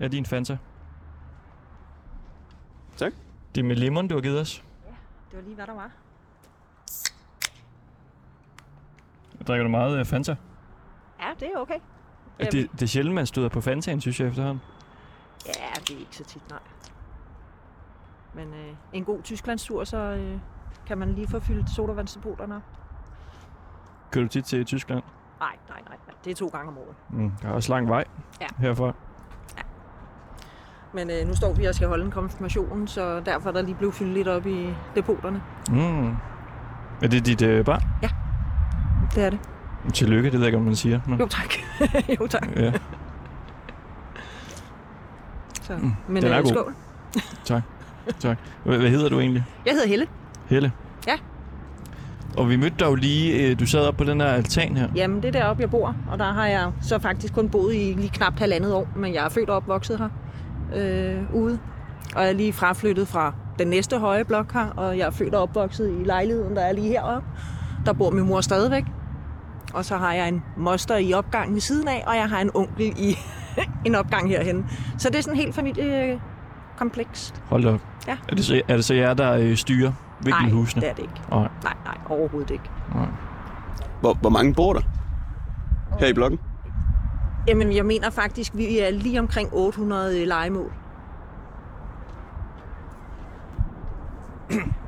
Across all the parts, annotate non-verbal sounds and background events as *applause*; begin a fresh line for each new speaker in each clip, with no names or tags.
af din Fanta.
Tak.
Det er med lemon, du har givet os.
Det var lige, hvad der var.
Drikker du meget øh, Fanta?
Ja, det er okay.
Ja, det, det er sjældent, man støder på Fantaen, synes jeg efterhånden.
Ja, det er ikke så tit, nej. Men øh, en god Tysklandstur, så øh, kan man lige få fyldt sodavandsdepoterne op.
Kører du tit til Tyskland?
Nej, nej, nej, nej. Det er to gange om året.
Mm, der er også lang vej
Ja.
herfra.
Men øh, nu står vi og skal holde en konfirmation, så derfor er der lige blevet fyldt lidt op i depoterne.
Mm. Er det dit øh, bar?
Det er det.
Tillykke, det ved jeg ikke, om man siger. Men,
Jo tak. *laughs* jo tak.
ja.
Så.
Mm,
Men
den er
øh,
god.
skål.
Hvad hvad hedder du egentlig?
Jeg hedder Helle.
Helle?
Ja.
Og vi mødte dig jo lige, øh, du sad op på den her altan her.
Jamen, det er deroppe, jeg bor, og der har jeg så faktisk kun boet i lige knap halvandet år, men jeg er født og opvokset her øh, ude. Og jeg er lige fraflyttet fra den næste høje blok her, og jeg er født og opvokset i lejligheden, der er lige heroppe. Der bor min mor stadigvæk. Og så har jeg en moster i opgangen ved siden af, og jeg har en onkel i *laughs* en opgang herhen. Så det er sådan helt familiekompleks.
Hold da op.
Ja.
Er, det så, er det så jer, der øh, styrer vinkelhusene?
det er det ikke.
Nej.
Nej, nej, overhovedet ikke.
Nej.
Hvor, hvor mange bor der? Her i blokken?
Jamen, jeg mener faktisk, vi er lige omkring 800 legemål. *clears throat*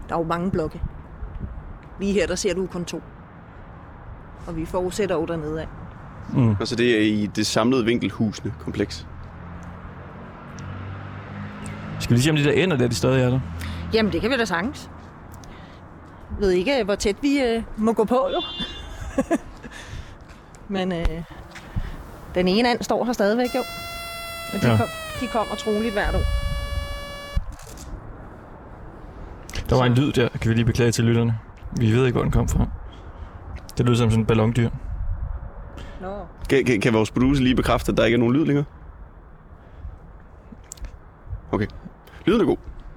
Der er jo mange blokke. Lige her, der ser du kun to. Og vi fortsætter jo dernede af.
Mm.
Altså det er i det samlede vinkelhusene kompleks.
Skal vi lige se, om de der ender der, de stadig er der?
Jamen, det kan vi da sagtens. Jeg ved ikke, hvor tæt vi øh, må gå på, jo. *laughs* Men øh, den ene and står her stadigvæk, jo. Men de,
Ja.
ja. kom, de kommer troligt hvert år.
Der var en
Så-
lyd der, kan vi lige beklage til lytterne. Vi ved ikke, hvor den kom fra. Det lød som sådan en ballondyr.
Nå.
Kan, kan, kan vores producer lige bekræfte, at der ikke er nogen lyd længere? Okay. Lyden er god.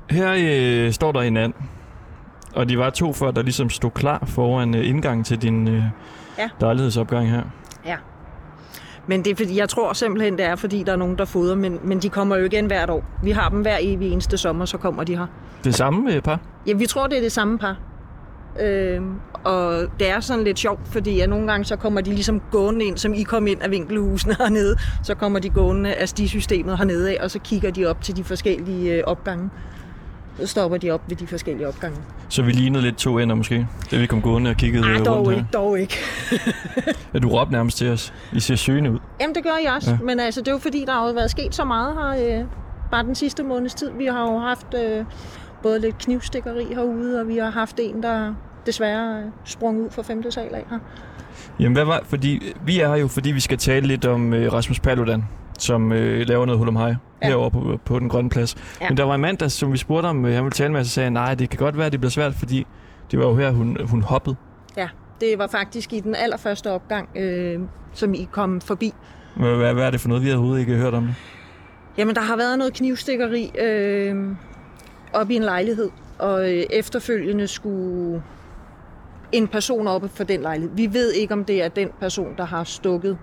Her øh, står der en and. Og de var to før, der ligesom stod klar foran øh, indgangen til din øh, ja.
Ja.
lejlighedsopgang her.
Men det er fordi, jeg tror simpelthen, det er fordi, der er nogen, der fodrer, men, men de kommer jo igen hvert år. Vi har dem hver evig eneste sommer, så kommer de her.
Det samme øh, par?
Ja, vi tror, det er det samme par. Øhm, og det er sådan lidt sjovt, fordi at nogle gange så kommer de ligesom gående ind, som I kom ind af vinkelhusene *laughs* hernede, så kommer de gående af stisystemet hernede af, og så kigger de op til de forskellige øh, opgange. Så stopper de op ved de forskellige opgange.
Så vi lignede lidt to ender måske, da vi kom gående og kiggede
Ej,
øh, rundt
dog
her.
ikke, dog ikke.
Ja, du råbte nærmest til os. I ser søgende ud.
Jamen, det gør jeg også.
Ja.
Ja. Men altså, det er jo fordi, der har jo været sket så meget her øh, bare den sidste måneds tid. Vi har jo haft øh, både lidt knivstikkeri herude, og vi har haft en, der desværre øh, sprung ud fra femte sal af her.
Jamen, hvad var, fordi, vi er her jo, fordi vi skal tale lidt om øh, Rasmus Paludan, som øh, laver noget hul om hej ja.
Ja.
herovre på, på den grønne plads. Ja.
Ja.
Men der var en mand, der, som vi spurgte om, øh, han ville tale med, og så sagde han, nej, det kan godt være, det bliver svært, fordi det var jo her, hun, hun hoppede.
Ja, det var faktisk i den allerførste opgang, øh, som I kom forbi.
Hvad, hvad, hvad er det for noget, vi overhovedet ikke har hørt om det?
Jamen, der har været noget knivstikkeri øh, op i en lejlighed, og øh, efterfølgende skulle en person op for den lejlighed. Vi ved ikke, om det er den person, der har stukket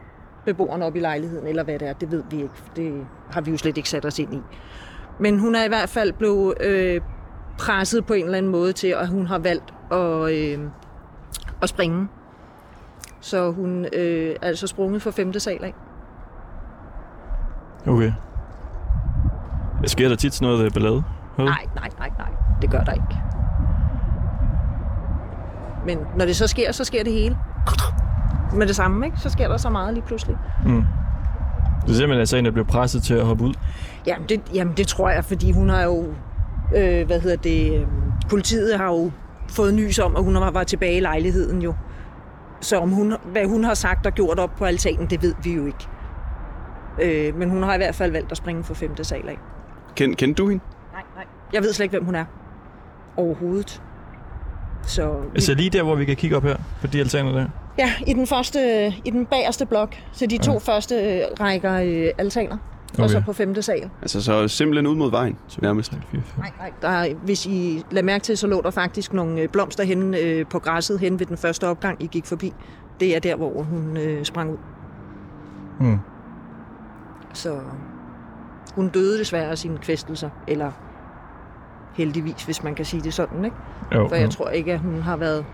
beboeren op i lejligheden, eller hvad det er. Det ved vi ikke. for Det har vi jo slet ikke sat os ind i. Men hun er i hvert fald blevet øh, presset på en eller anden måde til, at hun har valgt at, øh, at springe. Så hun øh, er altså sprunget fra femte sal af.
Okay. Sker der tit sådan noget øh, ballade? herude?
Nej, nej, nej, nej. Det gør der ikke. Men når det så sker, så sker det hele. Med det samme, ikke? Så sker der så meget lige pludselig.
Mm. Det er simpelthen altså en, der bliver presset til at hoppe ud.
Jamen det, jamen, det tror jeg, fordi hun har jo... Øh, hvad hedder det? Øh, politiet har jo fået nys om, at hun var var tilbage i lejligheden jo. Så om hun, hvad hun har sagt og gjort op på altanen, det ved vi jo ikke. Øh, men hun har i hvert fald valgt at springe fra femte sal af.
Kend, kendte du hende?
Nej, nej. Jeg ved slet ikke, hvem hun er. Overhovedet. Så vi
Altså lige der, hvor vi kan kigge op her, på de altaner der.
Ja, i den første, i den bagerste blok. Så de to
Ja.
ja. første øh, rækker øh, altaner. Okay. Og så
Okay.
på femte sal.
Altså så simpelthen ud mod vejen, nærmest.
3, 4, 5.
Nej, nej. Der, er- hvis I lader mærke til, så lå der faktisk nogle øh, blomster henne øh, på græsset hen ved den første opgang, I gik forbi. Det er der, hvor hun øh, sprang ud.
Mm.
Så Hun døde desværre af sine kvæstelser, eller heldigvis, hvis man kan sige det sådan, ikke?
Jo,
For jeg tror ikke, at hun har været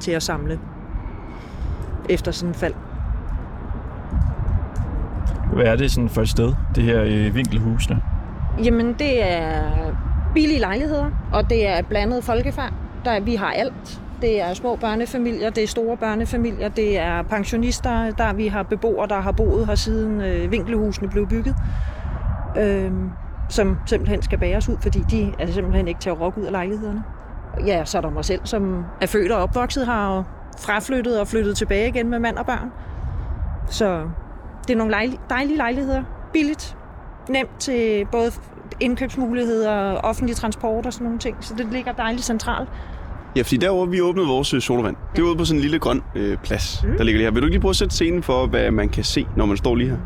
til at samle efter sådan en fald.
Hvad er det sådan for et sted, det her øh, vinkelhusene?
Jamen, det er billige lejligheder, og det er blandet folkefærd. Der, vi har alt. Det er små børnefamilier, det er store børnefamilier, det er pensionister, der vi har beboere, der har boet her siden øh, vinkelhusene blev bygget, øh, som simpelthen skal bæres ud, fordi de er simpelthen ikke til at rokke ud af lejlighederne. Ja, så er der mig selv, som er født og opvokset her, og fraflyttet og flyttet tilbage igen med mand og børn. Så det er nogle lejli- dejlige lejligheder, billigt, nemt til både indkøbsmuligheder, offentlig transport og sådan nogle ting. Så det ligger dejligt centralt.
Ja, fordi derovre, vi åbnede vores øh, sodavand. Det er ude på sådan en lille grøn øh, plads, mm. der ligger lige her. Vil du ikke lige prøve at sætte scenen for, hvad man kan se, når man står lige her?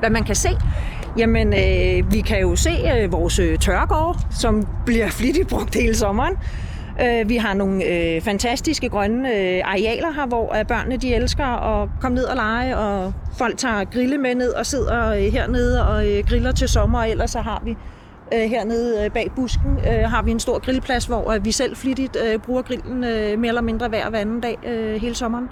Hvad man kan se? Jamen, øh, vi kan jo se øh, vores øh, tørgård, som bliver flittigt brugt hele sommeren. Øh, vi har nogle øh, fantastiske grønne øh, arealer her, hvor øh, børnene de elsker at komme ned og lege, og folk tager grille med ned og sidder øh, hernede og øh, griller til sommer, og ellers så har vi øh, hernede øh, bag busken øh, har vi en stor grillplads, hvor øh, vi selv flittigt øh, bruger grillen øh, mere eller mindre hver, hver anden dag øh, hele sommeren.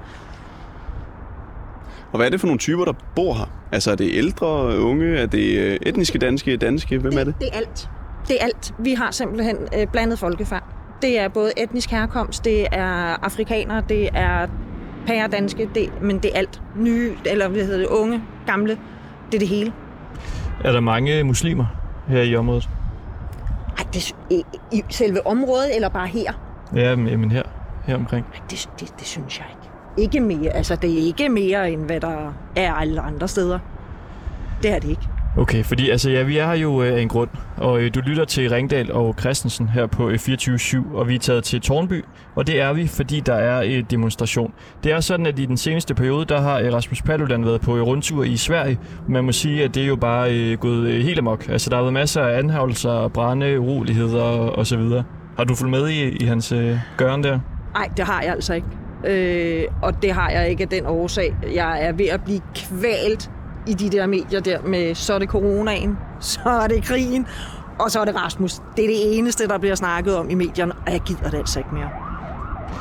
Og hvad er det for nogle typer, der bor her? Altså, er det ældre, unge? Er det øh, etniske danske, danske? Hvem er det?
Det er alt. Det er alt. Vi har simpelthen øh, blandet folkefærd. Det er både etnisk herkomst, det er afrikanere, det er pæredanske, det, men det er alt. Nye, eller hvad hedder det, unge, gamle, det er det hele.
Er der mange muslimer her i området?
Ej, det, sy- i, i selve området, eller bare her?
Ja, men jamen her, her omkring.
Ej, det, det, det synes jeg ikke. Ikke mere, altså det er ikke mere, end hvad der er alle andre steder. Det er det ikke.
Okay, fordi altså, ja, vi er her jo øh, af en grund, og øh, du lytter til Ringdal og Christensen her på øh, 24-7, og vi er taget til Tornby, og det er vi, fordi der er øh, demonstration. Det er sådan, at i den seneste periode, der har øh, Rasmus Paludan været på øh, rundtur i Sverige. Man må sige, at det er jo bare øh, gået øh, helt amok. Altså, der har været masser af anholdelser, brænde, uroligheder og, og så videre. Har du fulgt med i, i hans øh, gøren der?
Nej, det har jeg altså ikke. Øh, og det har jeg ikke af den årsag. Jeg er ved at blive kvalt i de der medier der med, så er det coronaen, så er det krigen, og så er det Rasmus. Det er det eneste, der bliver snakket om i medierne, og jeg gider det altså ikke mere.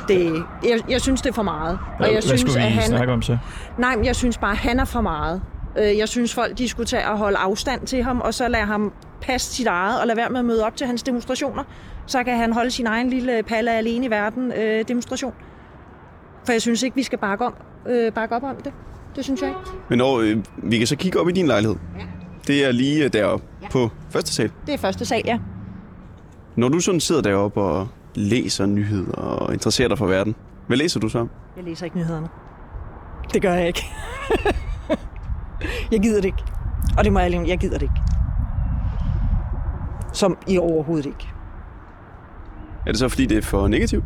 Det, jeg, jeg synes, det er for meget. Og jeg
Hvad
synes,
skulle vi
at han,
snakke om så?
Nej, men jeg synes bare, at han er for meget. Øh, Jeg synes, folk de skulle tage og holde afstand til ham, og så lade ham passe sit eget, og lade være med at møde op til hans demonstrationer. Så kan han holde sin egen lille palle alene i verden øh, demonstration. For jeg synes ikke, vi skal bakke, om, øh, bakke op om det. Det synes jeg ikke.
Men når, øh, vi kan så kigge op i din lejlighed.
Ja.
Det er lige øh, deroppe
Ja.
ja. på første sal.
Det er første sal, ja.
Når du sådan sidder deroppe og læser nyheder og interesserer dig for verden, hvad læser du så om?
Jeg læser ikke nyhederne. Det gør jeg ikke. *laughs* jeg gider det ikke. Og det må jeg alene, jeg gider det ikke. Som i overhovedet ikke.
Er det så, fordi det er for negativt?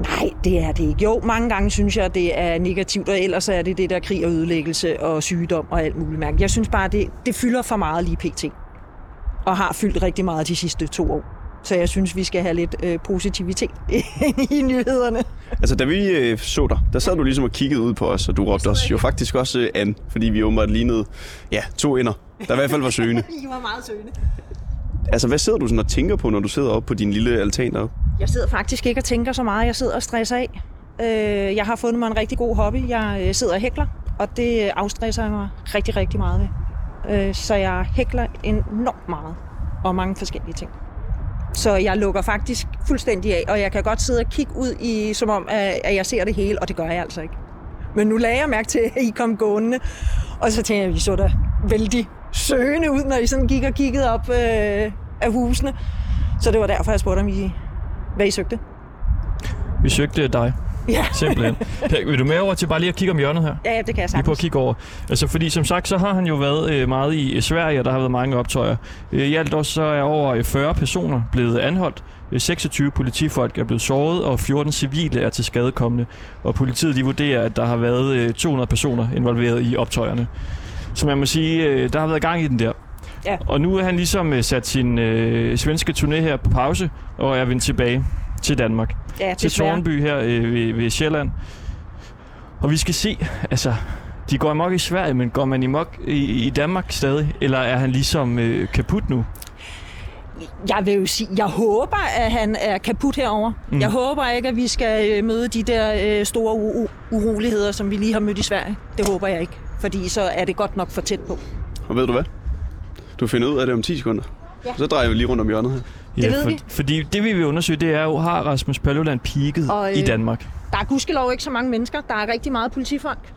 Nej, det er det ikke. Jo, mange gange synes jeg, det er negativt, og ellers er det det der krig og ødelæggelse og sygdom og alt muligt mærke. Jeg synes bare, det, det fylder for meget lige pt. Og har fyldt rigtig meget de sidste to år. Så jeg synes, vi skal have lidt øh, positivitet *laughs* i nyhederne.
Altså, da vi øh, så dig, der sad du ligesom og kiggede ud på os, og du råbte os jo faktisk også øh, an, fordi vi åbenbart lignede, ja, to ender, der i hvert fald var søgende.
*laughs* I var meget søgende.
Altså, hvad sidder du sådan og tænker på, når du sidder oppe på din lille altan deroppe?
Jeg sidder faktisk ikke og tænker så meget. Jeg sidder og stresser af. Øh, jeg har fundet mig en rigtig god hobby. Jeg øh, sidder og hækler, og det øh, afstresser jeg mig rigtig, rigtig meget ved. Øh, så jeg hækler enormt meget og mange forskellige ting. Så jeg lukker faktisk fuldstændig af, og jeg kan godt sidde og kigge ud, i, som om at at jeg ser det hele, og det gør jeg altså ikke. Men nu lagde jeg mærke til, at I kom gående, og så tænkte jeg, at I så da vældig søgende ud, når I sådan gik og kiggede op øh, af husene. Så det var derfor, jeg spurgte, om I, hvad I søgte.
Vi søgte dig.
Ja. *laughs*
Simpelthen. Per, vil du med over til bare lige at kigge om hjørnet her?
Ja, ja, det kan jeg
Lige prøve at
sagtens.
kigge over. Altså, fordi som sagt, så har han jo været øh, meget i øh, Sverige, og der har været mange optøjer. Øh, I alt også så er over øh, 40 personer blevet anholdt. Øh, 26 politifolk er blevet såret, og 14 civile er til skadekommende. Og politiet de vurderer, at der har været øh, 200 personer involveret i optøjerne. Så man må sige, øh, der har været gang i den der.
Ja.
Og nu er han ligesom øh, sat sin øh, svenske turné her på pause, og er vendt tilbage til Danmark
Ja,
til
desværre.
Tornby her øh, ved, ved Sjælland. Og vi skal se, altså, De går amok i Sverige, men går man amok i, i Danmark stadig? Eller er han ligesom øh, kaput nu?
Jeg vil jo sige, jeg håber, at han er kaput herover. Mm. Jeg håber ikke, at vi skal øh, møde de der øh, store u- uroligheder, som vi lige har mødt i Sverige. Det håber jeg ikke, fordi så er det godt nok for tæt på.
Og ved du hvad? Du finder ud af det om 10 sekunder. Ja. Så drejer vi lige rundt om hjørnet her.
Det ved vi.
Fordi det, vi vil undersøge, det er jo, har Rasmus Paludan peaked
Og,
øh,
øh,
i Danmark?
Der er gudskelov ikke så mange mennesker. Der er rigtig meget politifolk.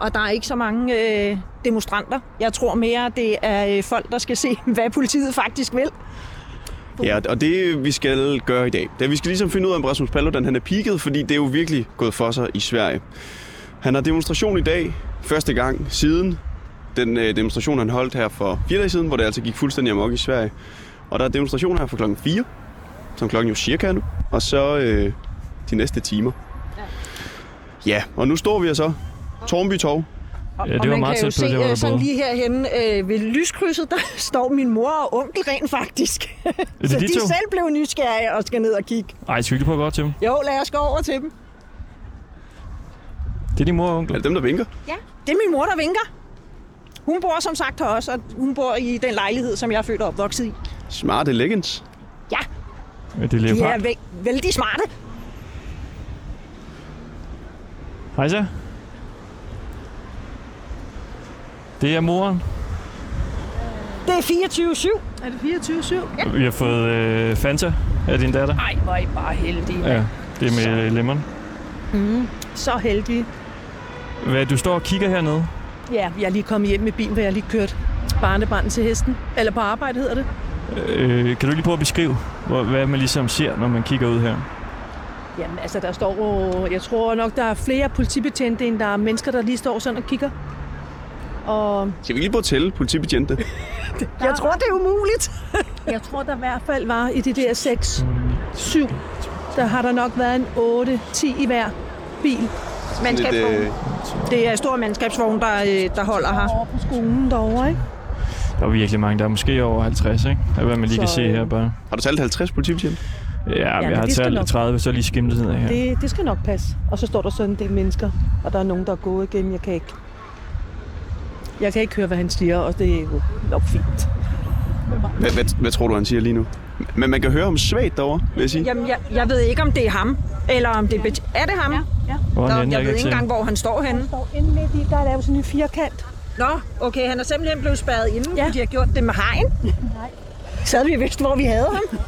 Og der er ikke så mange øh, demonstranter. Jeg tror mere, det er øh, folk, der skal se, *laughs* hvad politiet faktisk vil.
Ja, og det vi skal gøre i dag, det er, vi skal ligesom finde ud af, om Rasmus Paludan han er peaked, fordi det er jo virkelig gået for sig i Sverige. Han har demonstration i dag, første gang siden den øh, demonstration, han holdt her for fire dage siden, hvor det altså gik fuldstændig amok i Sverige. Og der er demonstration her fra klokken 4, som klokken jo cirka er nu, og så øh, de næste timer. Ja, og nu står vi her så. Tornby Torv.
Ja, det var
og man
meget
kan jo
tæt på,
se,
det var
øh,
der
sådan
både.
lige herhenne øh, ved lyskrydset, *laughs* der står min mor og onkel rent faktisk.
det
så
de
de
to?
selv blev nysgerrige og skal ned og kigge.
Ej, skal vi ikke prøve at gå over til dem?
Jo, lad os gå over til dem.
Det er din mor og onkel.
Er det dem, der vinker?
Ja. Det er min mor, der vinker. Hun bor som sagt her også, og hun bor i den lejlighed, som jeg er født og opvokset i.
Smarte legends.
Ja,
Ja, Det er
de
Leopard.
er væ- vældig smarte.
Hej så. Det er moren.
Det er 24-7.
Er det 24-7? Ja.
Vi har fået øh, Fanta af din datter.
Ej, hvor er I bare heldige. Ja.
Ja, det er med øh, lemon.
Mm. Så heldige.
Hvad, du står og kigger hernede.
Ja, jeg er lige kommet hjem med bilen, for jeg har lige kørt barnebarn til hesten. Eller på arbejde hedder det.
Øh, kan du lige prøve at beskrive, hvor, hvad man ligesom ser, når man kigger ud her?
Jamen, altså, der står jo... Jeg tror nok, der er flere politibetjente, end der er mennesker, der lige står sådan og kigger. Og
Skal vi lige prøve at tælle politibetjente?
Jeg tror, det er umuligt.
*laughs* jeg tror, der i hvert fald var i de der 6, 7, der har der nok været en 8, 10 i hver bil.
Mandskabsvogn.
øh,
Det er stor mandskabsvogn, der, øh, der holder her.
Over på skolen derovre, ikke?
Der er virkelig mange, der er måske over 50, ikke? Af hvad man lige kan
Så,
se
øh,
her bare.
har du talt 50 politibetjente?
Ja, ja
men
jeg har
det skal
talt
nok.
30, så lige skimtet ned her.
Det, det skal nok passe. Og så står der sådan en del mennesker, og der er nogen, der er gået igen. Jeg kan ikke, jeg kan ikke høre, hvad han siger, og det er jo nok fint.
Hvad, hvad, hvad tror du, han siger lige nu? Men man kan høre om svagt derovre, vil jeg sige.
Jamen, jeg, jeg ved ikke, om det er ham, eller om det er... Bet- er det ham? Ja.
Hvor er
Nå,
den henne?
jeg ved
kan
ikke
se den.
engang, hvor han står henne.
Og inde midt i, der er lavet sådan en firkant.
Nå, okay, han er simpelthen blevet spærret inden, ja.
Ja.
fordi de har gjort det med hegn. Nej. Så havde vi vidst, hvor vi havde ham.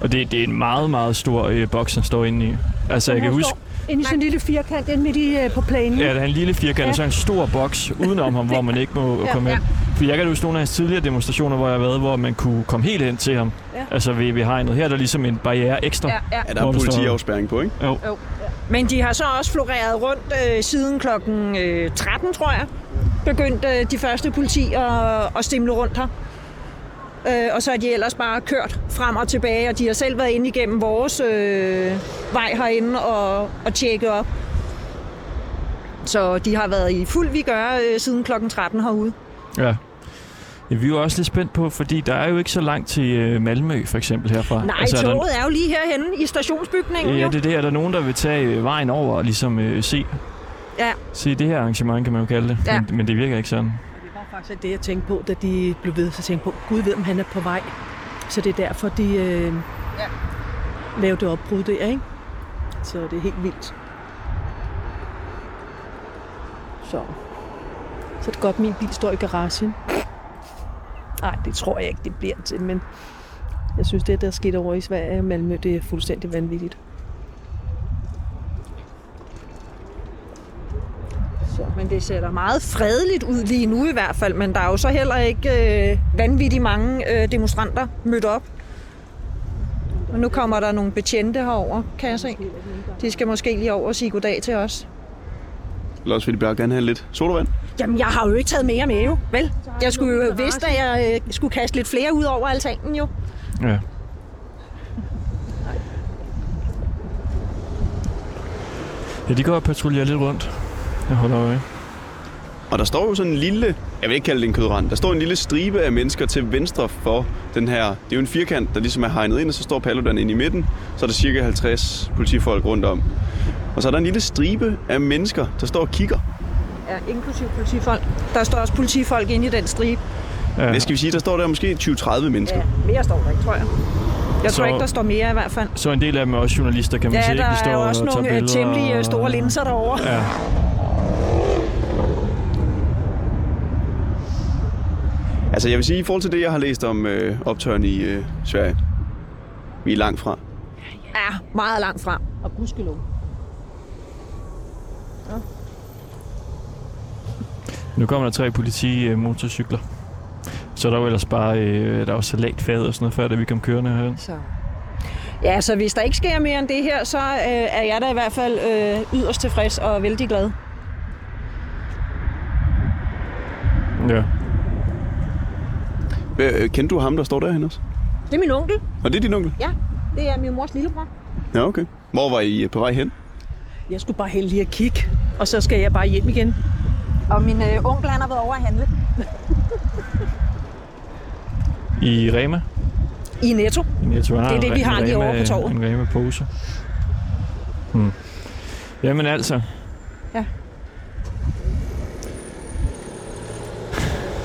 Og det, det er en meget, meget stor øh, boks, han står inde i. Altså, jeg kan
Han
huske,
står Inde i sådan en lille firkant, inde midt i øh, på planen.
Ja, der er en lille firkant, ja. og så en stor boks udenom ham, hvor man ikke må ja, komme hen. For jeg kan huske nogle af hans tidligere demonstrationer, hvor jeg har været, hvor man kunne komme helt hen til ham. Ja.
Ja.
Altså ved, ved hegnet. Her er der ligesom en barriere ekstra. Ja.
ja.
Ja, der er
Hvor du står.
politiafspæring på, ikke?
Jo.
Men de har så også floreret rundt øh, siden kl. Øh, 13, tror jeg. Begyndte øh, de første politi at, at stimle rundt her. Øh, og så er de ellers bare kørt frem og tilbage, og de har selv været inde igennem vores øh, vej herinde og, og tjekket op. Så de har været i fuld vi gør øh, siden kl. 13 herude.
ja. Ja, vi er jo også lidt spændt på, fordi der er jo ikke så langt til øh, Malmø, for eksempel herfra. Altså,
Nej,
er der,
toget er jo lige herhenne i stationsbygningen.
Ja,
jo.
det er det. Er der nogen, der vil tage øh, vejen over og ligesom øh, se,
Ja.
se det her arrangement, kan man jo kalde det.
Ja.
Men, men det virker ikke sådan.
Det var faktisk det, jeg tænkte på, da de blev ved. Så tænkte jeg på, Gud ved, om han er på vej. Så det er derfor, de øh,
Ja.
lavede det opbrud der, ikke? Så det er helt vildt. Så, så er det godt, min bil står i garagen. Nej, det tror jeg ikke, det bliver til, men jeg synes, det, der er sket over i Sverige og Malmø, det er fuldstændig vanvittigt. Så.
Men det ser da meget fredeligt ud lige nu i hvert fald, men der er jo så heller ikke øh, vanvittigt mange øh, demonstranter mødt op. Og nu kommer der nogle betjente herover, kan jeg se. De skal måske lige over og sige goddag til os.
Eller også vil de bare gerne have lidt sodavand.
Jamen, jeg har jo ikke taget mere med, jo. Vel? Jeg skulle jo have vidst, at jeg øh, skulle kaste lidt flere ud over altanen, jo.
Ja. Ja, de går og patruljerer lidt rundt. Jeg holder øje.
Og der står jo sådan en lille, jeg vil ikke kalde det en kødrand, der står en lille stribe af mennesker til venstre for den her, det er jo en firkant, der ligesom er hegnet ind, og så står Paludan ind i midten, så er der cirka 50 politifolk rundt om. Og så er der en lille stribe af mennesker, der står og kigger.
Ja, inklusiv politifolk. Der står også politifolk inde i den stribe.
Ja.
Det skal vi sige, der står der måske 20-30 mennesker.
Ja, mere står der ikke, tror jeg. Jeg
Så-
tror ikke, der står mere i hvert fald.
Så en del af dem er også journalister, kan man
Ja,
sige.
der
ikke? De står
er jo også
og tager
nogle øh,
billeder
temmelig øh,
og-
store linser derovre.
Ja.
Altså jeg vil sige, i forhold til det, jeg har læst om øh, optøren i øh, Sverige, vi er langt fra.
Ja, meget langt frem.
Og gudskelov.
Nu kommer der tre politi-motorcykler. Så er der er jo ellers bare øh, der er jo salatfad og sådan noget, før da vi kom kørende herhen.
Så. Ja, så hvis der ikke sker mere end det her, så øh, er jeg da i hvert fald øh, yderst tilfreds og vældig glad.
Ja.
Hvad, øh, kendte du ham, der står derhen også?
Det er min onkel.
Og det er din onkel?
Ja, det er min mors lillebror.
Ja, okay. Hvor var I øh, på vej hen?
Jeg skulle bare heldig at kigge, og så skal jeg bare hjem igen.
Og min øh, onkel, han har været over at handle.
I Rema.
I Netto.
Netto har
Det er det,
en
vi
Rema-
har lige over på torvet.
En Rema pose. Hmm. Jamen altså.
Ja.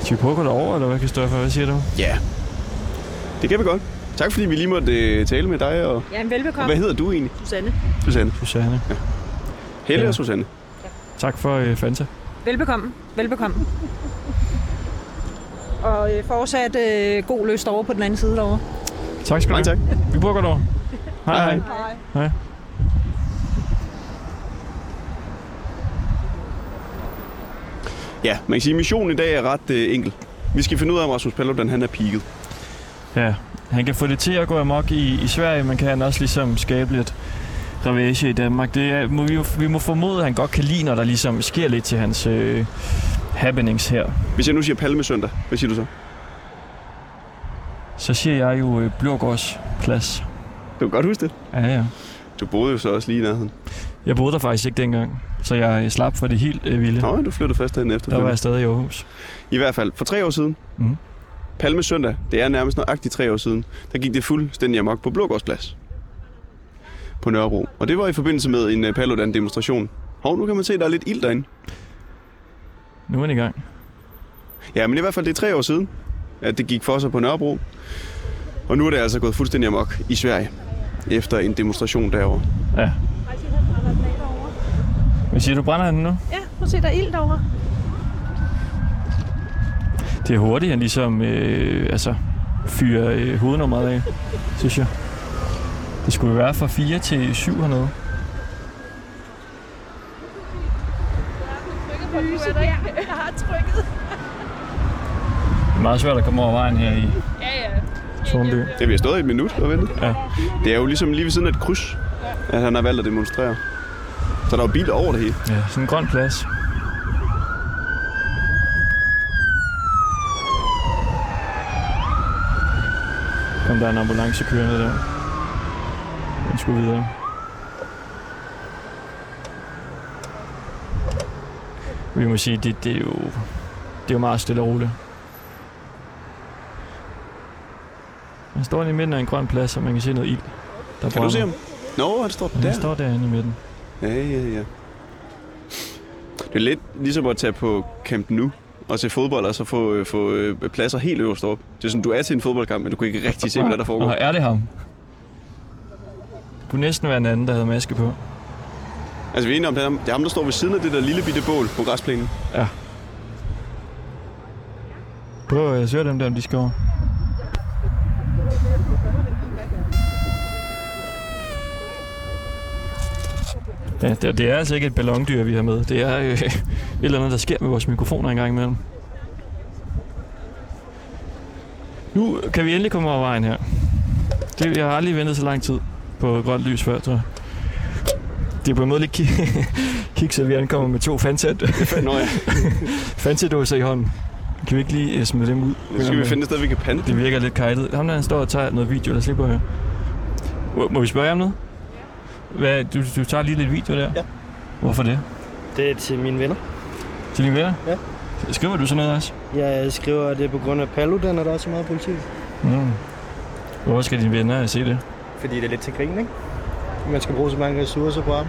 Skal vi prøve at gå derover, eller hvad, Kristoffer? Hvad siger du?
Ja. Det kan vi godt. Tak fordi vi lige måtte øh, tale med dig. Og,
Ja, en
og
velbekomme.
hvad hedder du egentlig?
Susanne.
Susanne.
Susanne.
Helle
Ja.
ja. og Susanne.
Tak for øh, Fanta.
Velbekomme. Velbekomme. Og øh, fortsat øh, god lyst over på den anden side derovre.
Tak skal du
Mange tak.
Vi prøver godt over. Hej,
Hej,
hej.
hej.
Hej.
Ja, man kan sige, at missionen i dag er ret øh, enkel. Vi skal finde ud af, om Rasmus Paludan han er peaked.
Ja, han kan få det til at gå amok i, i Sverige, men kan han også ligesom skabe lidt ravage i Danmark. Det er, må vi, jo, vi må formode, at han godt kan lide, når der ligesom sker lidt til hans øh, happenings her.
Hvis jeg nu siger Palme søndag, hvad siger du så?
Så siger jeg jo øh, Blågårds plads.
Du kan godt huske det.
Ja, ja.
Du boede jo så også lige i nærheden.
Jeg boede der faktisk ikke dengang, så jeg øh, slap for det helt øh, vilde.
Nå, du flyttede først derhen efter.
Der var jeg stadig i Aarhus.
I hvert fald, for tre år siden,
Mhm.
mm. Palme Søndag, det er nærmest nøjagtigt tre år siden, der gik det fuldstændig amok på Blågårdsplads på Nørrebro. Og det var i forbindelse med en øh, Paludan-demonstration. Hov, nu kan man se, at der er lidt ild derinde.
Nu er han i gang.
Ja, men i hvert fald, det er tre år siden, at det gik for sig på Nørrebro. Og nu er det altså gået fuldstændig amok i Sverige efter en demonstration derovre.
Ja. Hvad siger du, brænder han den nu?
Ja, prøv at se, der er ild derovre.
Det er hurtigt, han ligesom øh, altså, fyrer øh, hovednummeret af, synes jeg. Det skulle være fra 4 til 7 hernede. Det er meget svært at komme over vejen her i Tornby.
Det vi har stået i et minut og ventet.
Ja.
Det er jo ligesom lige ved siden af et kryds, at han har valgt at demonstrere. Så der er jo biler over det hele.
Ja, sådan en grøn plads. Kom, der er en ambulance kørende der. Den skulle videre. Vi må sige, det, det er jo... Det er jo meget stille og roligt. Man står inde i midten af en grøn plads, og man kan se noget ild. Der
Kan du se ham? Nå, han står
Der.
der.
Han står derinde i midten.
Ja, ja, ja. Det er lidt ligesom at tage på Camp Nu og se fodbold, og så få, øh, få øh, pladser helt øverst op. Det er sådan, du er til en fodboldkamp, men du kan ikke rigtig se, hvad der foregår.
Og er det ham? Det kunne næsten være en anden, der havde maske på.
Altså, vi er enige om, det er, ham, det er ham, der står ved siden af det der lille bitte bål på græsplænen.
Prøv at søge dem der, om de skal over. Ja, det, det er altså ikke et ballondyr, vi har med. Det er øh, *laughs* et eller andet, der sker med vores mikrofoner engang imellem. Nu kan vi endelig komme over vejen her. Det, jeg har aldrig ventet så lang tid på grønt lys før, tror jeg. Det er på en måde lidt ki- *laughs* kikset, at vi ankommer med to fansæt
Nå
*laughs*
ja,
Fantidåser i hånden. Kan vi ikke lige øh, smide dem ud?
nu skal vi finde et sted, vi kan pande.
Det virker lidt kajtet. Ham der, han står og tager noget video, der slipper her. Må- Må vi spørge jer om noget? Hvad, du, du tager lige lidt video der?
Ja.
Hvorfor det?
Det er til mine venner.
Til dine venner?
Ja.
Skriver du sådan noget også?
Jeg skriver, at det er på grund af Paludan, at der er så meget politi.
Mm. Hvorfor skal dine venner se det?
Fordi det er lidt til grin, ikke? Man skal bruge så mange ressourcer på ham.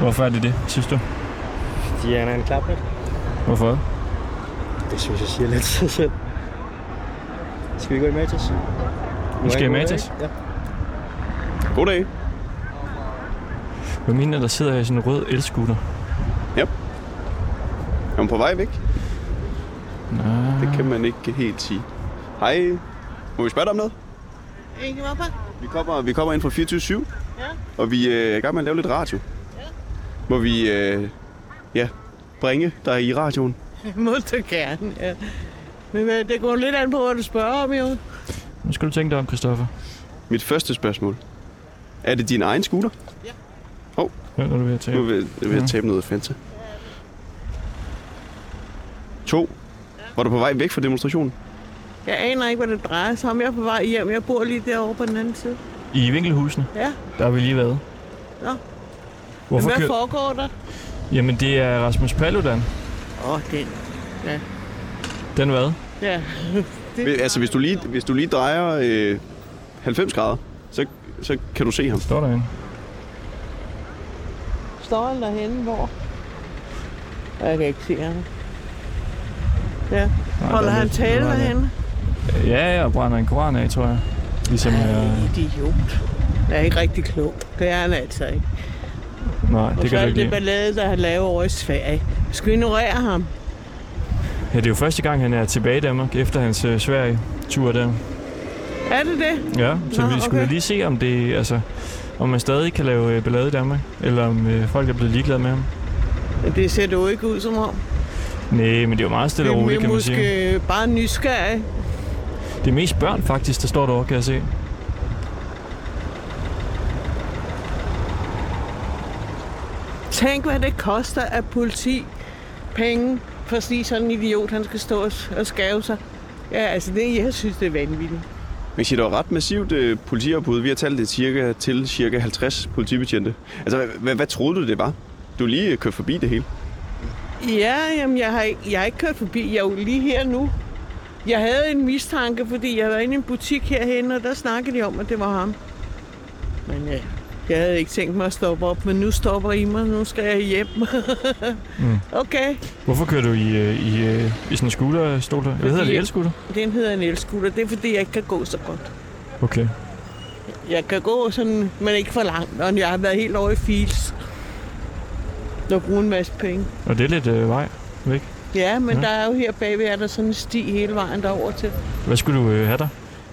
Hvorfor er det det, synes du?
De er en klaphat.
Hvorfor?
Det synes jeg siger lidt sig selv. Skal vi gå i Matas?
Vi skal i
God dag,
Matas.
ikke? Ja.
God dag.
Hvad mener der sidder her i sådan en rød elskutter?
Er hun på vej væk?
Nej.
Det kan man ikke helt sige. Hej. Må vi spørge dig om noget? Vi kommer, vi kommer ind fra 24
*laughs*
ja. og vi øh, er i gang med at lave lidt radio. Ja. Må vi øh, ja, bringe dig i radioen?
Må du gerne, ja. Men øh, det går lidt an på, hvad du spørger om, jo.
Nu skal du tænke dig om, Christoffer.
Mit første spørgsmål. Er det din egen scooter?
Ja, når du er ved at
Nu
tage.
vil, jeg vil
Ja.
jeg tabe noget Fanta. To. Var du på vej væk fra demonstrationen?
Jeg aner ikke, hvad det drejer sig om. Jeg er på vej hjem. Jeg bor lige derovre på den anden side.
I vinkelhusene,
Ja.
der har vi lige været.
Nå. Men
Hvorfor
hvad
kører...
foregår der?
Jamen, det er Rasmus Paludan.
Åh, oh, den.
Den hvad?
Ja. *laughs* det
Hvis- Altså, hvis du lige, hvis du lige drejer øh, 90 grader, så, så kan du se ham.
Står derinde.
Står han derhenne, hvor? Jeg kan ikke se ham. Ja.
Nej,
Holder
der er
han
lidt-
tale
der er lidt-
derhenne?
Ja, ja, og brænder en koran af, tror jeg. Ligesom jeg...
Idiot. Jeg er ikke rigtig klog. Det er han altså ikke.
Nej,
Og
det
så
kan
er det
du ikke
det
lide.
ballade, der han laver over i Sverige. Skal vi ignorere ham?
Ja, det er jo første gang, han er tilbage i Danmark, efter hans øh, Sverige-tur der.
Er det det?
Ja, så
Nå,
vi skulle
okay.
lige se, om det altså, om man stadig kan lave øh, ballade i Danmark, eller om øh, folk er blevet ligeglade med ham.
Men Det ser det jo ikke ud som om.
Nej, men det er jo meget stille og
vi
roligt,
er
kan man
måske
sige.
bare nysgerrige.
Det er mest børn faktisk, der står derovre, kan jeg se.
Tænk, hvad det koster af politi penge, for at sige sådan en idiot, han skal stå og- og skave sig. Ja, altså, det, jeg synes, det er vanvittigt.
Man siger, der er ret massivt øh, politiopbud. Vi har talt det cirka, til cirka 50 politibetjente. Altså, hvad, hvad, hvad troede du, det var? Du er lige øh, kørt forbi det hele.
Ja, jamen, jeg har, ikke- jeg har ikke kørt forbi. Jeg er jo lige her nu. Jeg havde en mistanke, fordi jeg var inde i en butik herhen, og der snakkede de om, at det var ham. Men ja, jeg havde ikke tænkt mig at stoppe op, men nu stopper I mig. Nu skal jeg hjem. *laughs*
Mm.
Okay.
Hvorfor kører du i, øh, i, øh, i sådan en skulderstol der? Hvad hedder det?
Fordi-
Elskutter?
Den hedder en elskutter. Det er, fordi jeg ikke kan gå så godt.
Okay.
Jeg kan gå sådan, men ikke for langt, og jeg har været helt over i Fields. Og bruge en masse penge.
Og det er lidt øh, vej.
Ja, men
Ja.
ja. der er jo her bagved, er der sådan en sti hele vejen derover til
Hvad skulle du øh, have der?